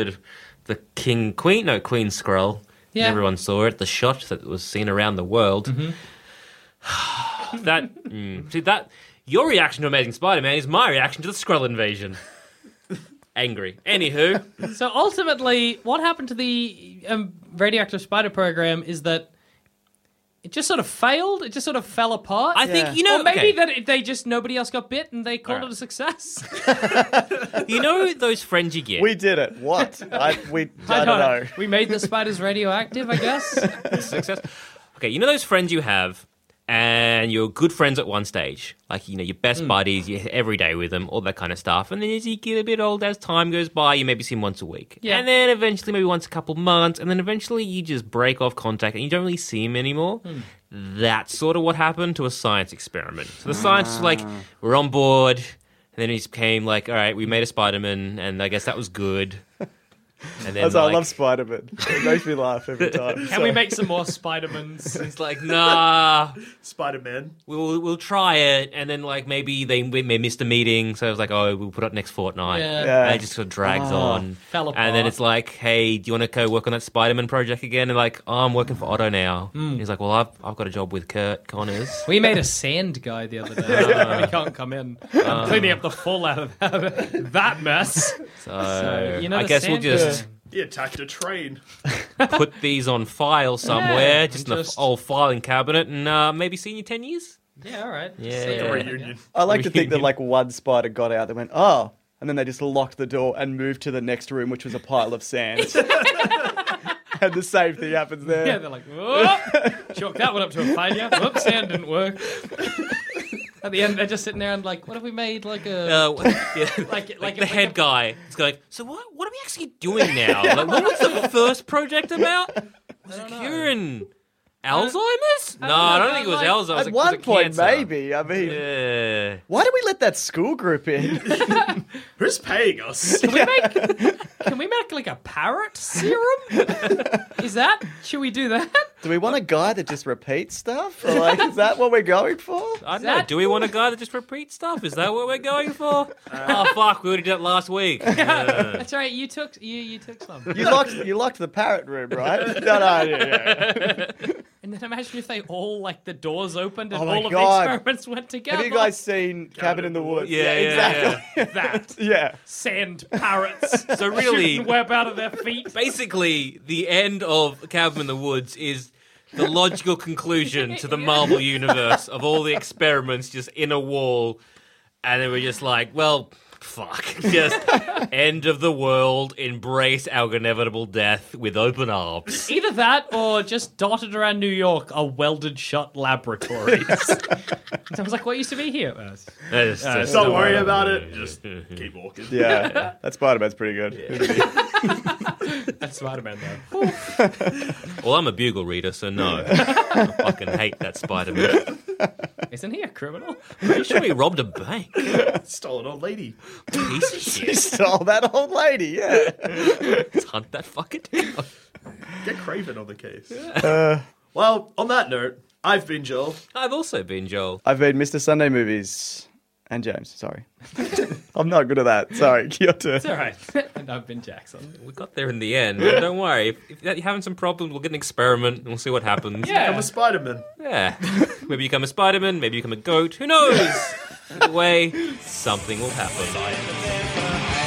Speaker 3: the King Queen, no, Queen Skrull.
Speaker 1: Yeah.
Speaker 3: Everyone saw it. The shot that was seen around the world.
Speaker 1: Mm-hmm.
Speaker 3: that. mm, see, that. Your reaction to Amazing Spider Man is my reaction to the Skrull invasion. Angry. Anywho.
Speaker 1: So ultimately, what happened to the um, radioactive spider program is that it just sort of failed. It just sort of fell apart.
Speaker 3: I
Speaker 4: Yeah.
Speaker 3: think, you know.
Speaker 1: or maybe
Speaker 3: okay.
Speaker 1: that it, they just nobody else got bit and they called
Speaker 3: Alright.
Speaker 1: it a success.
Speaker 3: You know those friends you get?
Speaker 4: We did it. What? I, we, I,
Speaker 1: I
Speaker 4: don't know.
Speaker 1: We made the spiders radioactive, I guess.
Speaker 3: success. Okay, you know those friends you have, and you're good friends at one stage, like you know your best
Speaker 4: Hmm.
Speaker 3: buddies, you're every day with them, all that kind of stuff. And then as you get a bit old, as time goes by, you maybe see them once a week,
Speaker 1: Yeah.
Speaker 3: and then eventually maybe once a couple months, and then eventually you just break off contact and you don't really see him anymore.
Speaker 4: Hmm.
Speaker 3: That's sort of what happened to a science experiment. So the
Speaker 4: Ah.
Speaker 3: science was like, we're on board. And then he just became like, all right, we made a Spider Man, and I guess that was good. And then
Speaker 4: That's why I
Speaker 3: like-
Speaker 4: love Spider Man. It makes me laugh every time.
Speaker 1: Can we make some more Spider-Mans?
Speaker 3: It's like, nah,
Speaker 2: Spider Man.
Speaker 3: we'll we'll try it, and then like maybe they, they missed a meeting, so it was like, oh, we'll put up next fortnight.
Speaker 1: Yeah. Ah,
Speaker 4: Yeah.
Speaker 3: And it just sort of drags on,
Speaker 1: Fell
Speaker 3: and then
Speaker 1: apart.
Speaker 3: it's like, hey, do you want to go work on that Spider-Man project again? And like, oh, I'm working for Otto now.
Speaker 1: Hmm.
Speaker 3: And he's like, well, I've I've got a job with Kurt Connors.
Speaker 1: We made a sand guy the other day. he can't come in.
Speaker 3: Um,
Speaker 1: I'm cleaning up the full out of that, that mess.
Speaker 3: So,
Speaker 1: So, you know
Speaker 3: I
Speaker 1: the
Speaker 3: guess we'll
Speaker 1: sand
Speaker 3: just
Speaker 2: He attacked a train.
Speaker 3: put these on file somewhere,
Speaker 1: Yeah,
Speaker 3: just
Speaker 1: and
Speaker 3: in
Speaker 1: just-
Speaker 3: the old filing cabinet, and uh, maybe see you in ten years.
Speaker 1: Yeah, all right.
Speaker 3: Yeah.
Speaker 1: Sand
Speaker 3: The
Speaker 1: guy.
Speaker 2: Reunion.
Speaker 4: I like to think that like one spider got out, they went, oh, and then they just locked the door and moved to the next room, which was a pile of sand. and the same thing happens there.
Speaker 1: Yeah, they're like, whoop! Chalk that one up to a failure. Whoops, sand didn't work. At the end, they're just sitting there and like, what have we made? Like a
Speaker 3: Uh, yeah.
Speaker 1: like like,
Speaker 3: like
Speaker 1: a-
Speaker 3: the head guy is going, so what, what are we actually doing now? Like, what was the first project about? Was it curing Alzheimer's? No, I don't think it was
Speaker 1: Like,
Speaker 3: Alzheimer's.
Speaker 4: At
Speaker 3: it was
Speaker 4: one
Speaker 3: a
Speaker 4: point,
Speaker 3: cancer.
Speaker 4: maybe. I mean,
Speaker 3: Yeah.
Speaker 4: why did we let that school group in?
Speaker 2: Who's paying us?
Speaker 1: Can we make? Can we make like a parrot serum? Is that? Should we do that?
Speaker 4: Do we want a guy that just repeats stuff? Or, like, is that what we're going for?
Speaker 3: I don't know.
Speaker 1: that-
Speaker 3: Do we want a guy that just repeats stuff? Is that what we're going for? oh fuck, we already did it last week. Uh,
Speaker 1: That's right. You took you you took some.
Speaker 4: You locked you locked the parrot room, right? no, no, yeah, yeah.
Speaker 1: And And then imagine if they all like the doors opened and
Speaker 4: Oh my
Speaker 1: all of
Speaker 4: God.
Speaker 1: the experiments went together.
Speaker 4: Have you guys seen Cabin in the Woods?
Speaker 3: Yeah, yeah,
Speaker 4: exactly.
Speaker 1: that
Speaker 4: Yeah.
Speaker 1: sand parrots?
Speaker 3: So really-
Speaker 1: shooting web out of their feet.
Speaker 3: Basically, the end of Cabin in the Woods is the logical conclusion to the Marvel universe of all the experiments just in a wall, and then we're just like, well, fuck, just end of the world, embrace our inevitable death with open arms.
Speaker 1: Either that or just dotted around New York are welded shut laboratories. I was like, what used to be here? Uh,
Speaker 3: That's- that's-
Speaker 2: Don't worry about it. Just keep walking.
Speaker 4: Yeah. That Spider Man's pretty good.
Speaker 1: That's Spider Man, though.
Speaker 3: Well, I'm a bugle reader, so no, I fucking hate that Spider Man.
Speaker 1: Isn't he a criminal?
Speaker 3: Pretty sure he robbed a bank.
Speaker 2: Stole an old lady.
Speaker 3: Piece of shit.
Speaker 4: He stole that old lady. Yeah.
Speaker 3: Let's hunt that fucker down.
Speaker 2: Get Craven on the case. well, on that note, I've been Joel.
Speaker 3: I've also been Joel.
Speaker 4: I've been Mr. Sunday movies. And James, sorry. I'm not good at that. Sorry. Your turn.
Speaker 1: It's all right. and I've been Jackson.
Speaker 3: We got there in the end. but Don't worry. If, if you're having some problems, we'll get an experiment and we'll see what happens.
Speaker 1: Yeah.
Speaker 2: I'm a Spider Man.
Speaker 3: Yeah. Maybe you become a Spider Man, maybe you become a goat. Who knows? Either way, something will happen.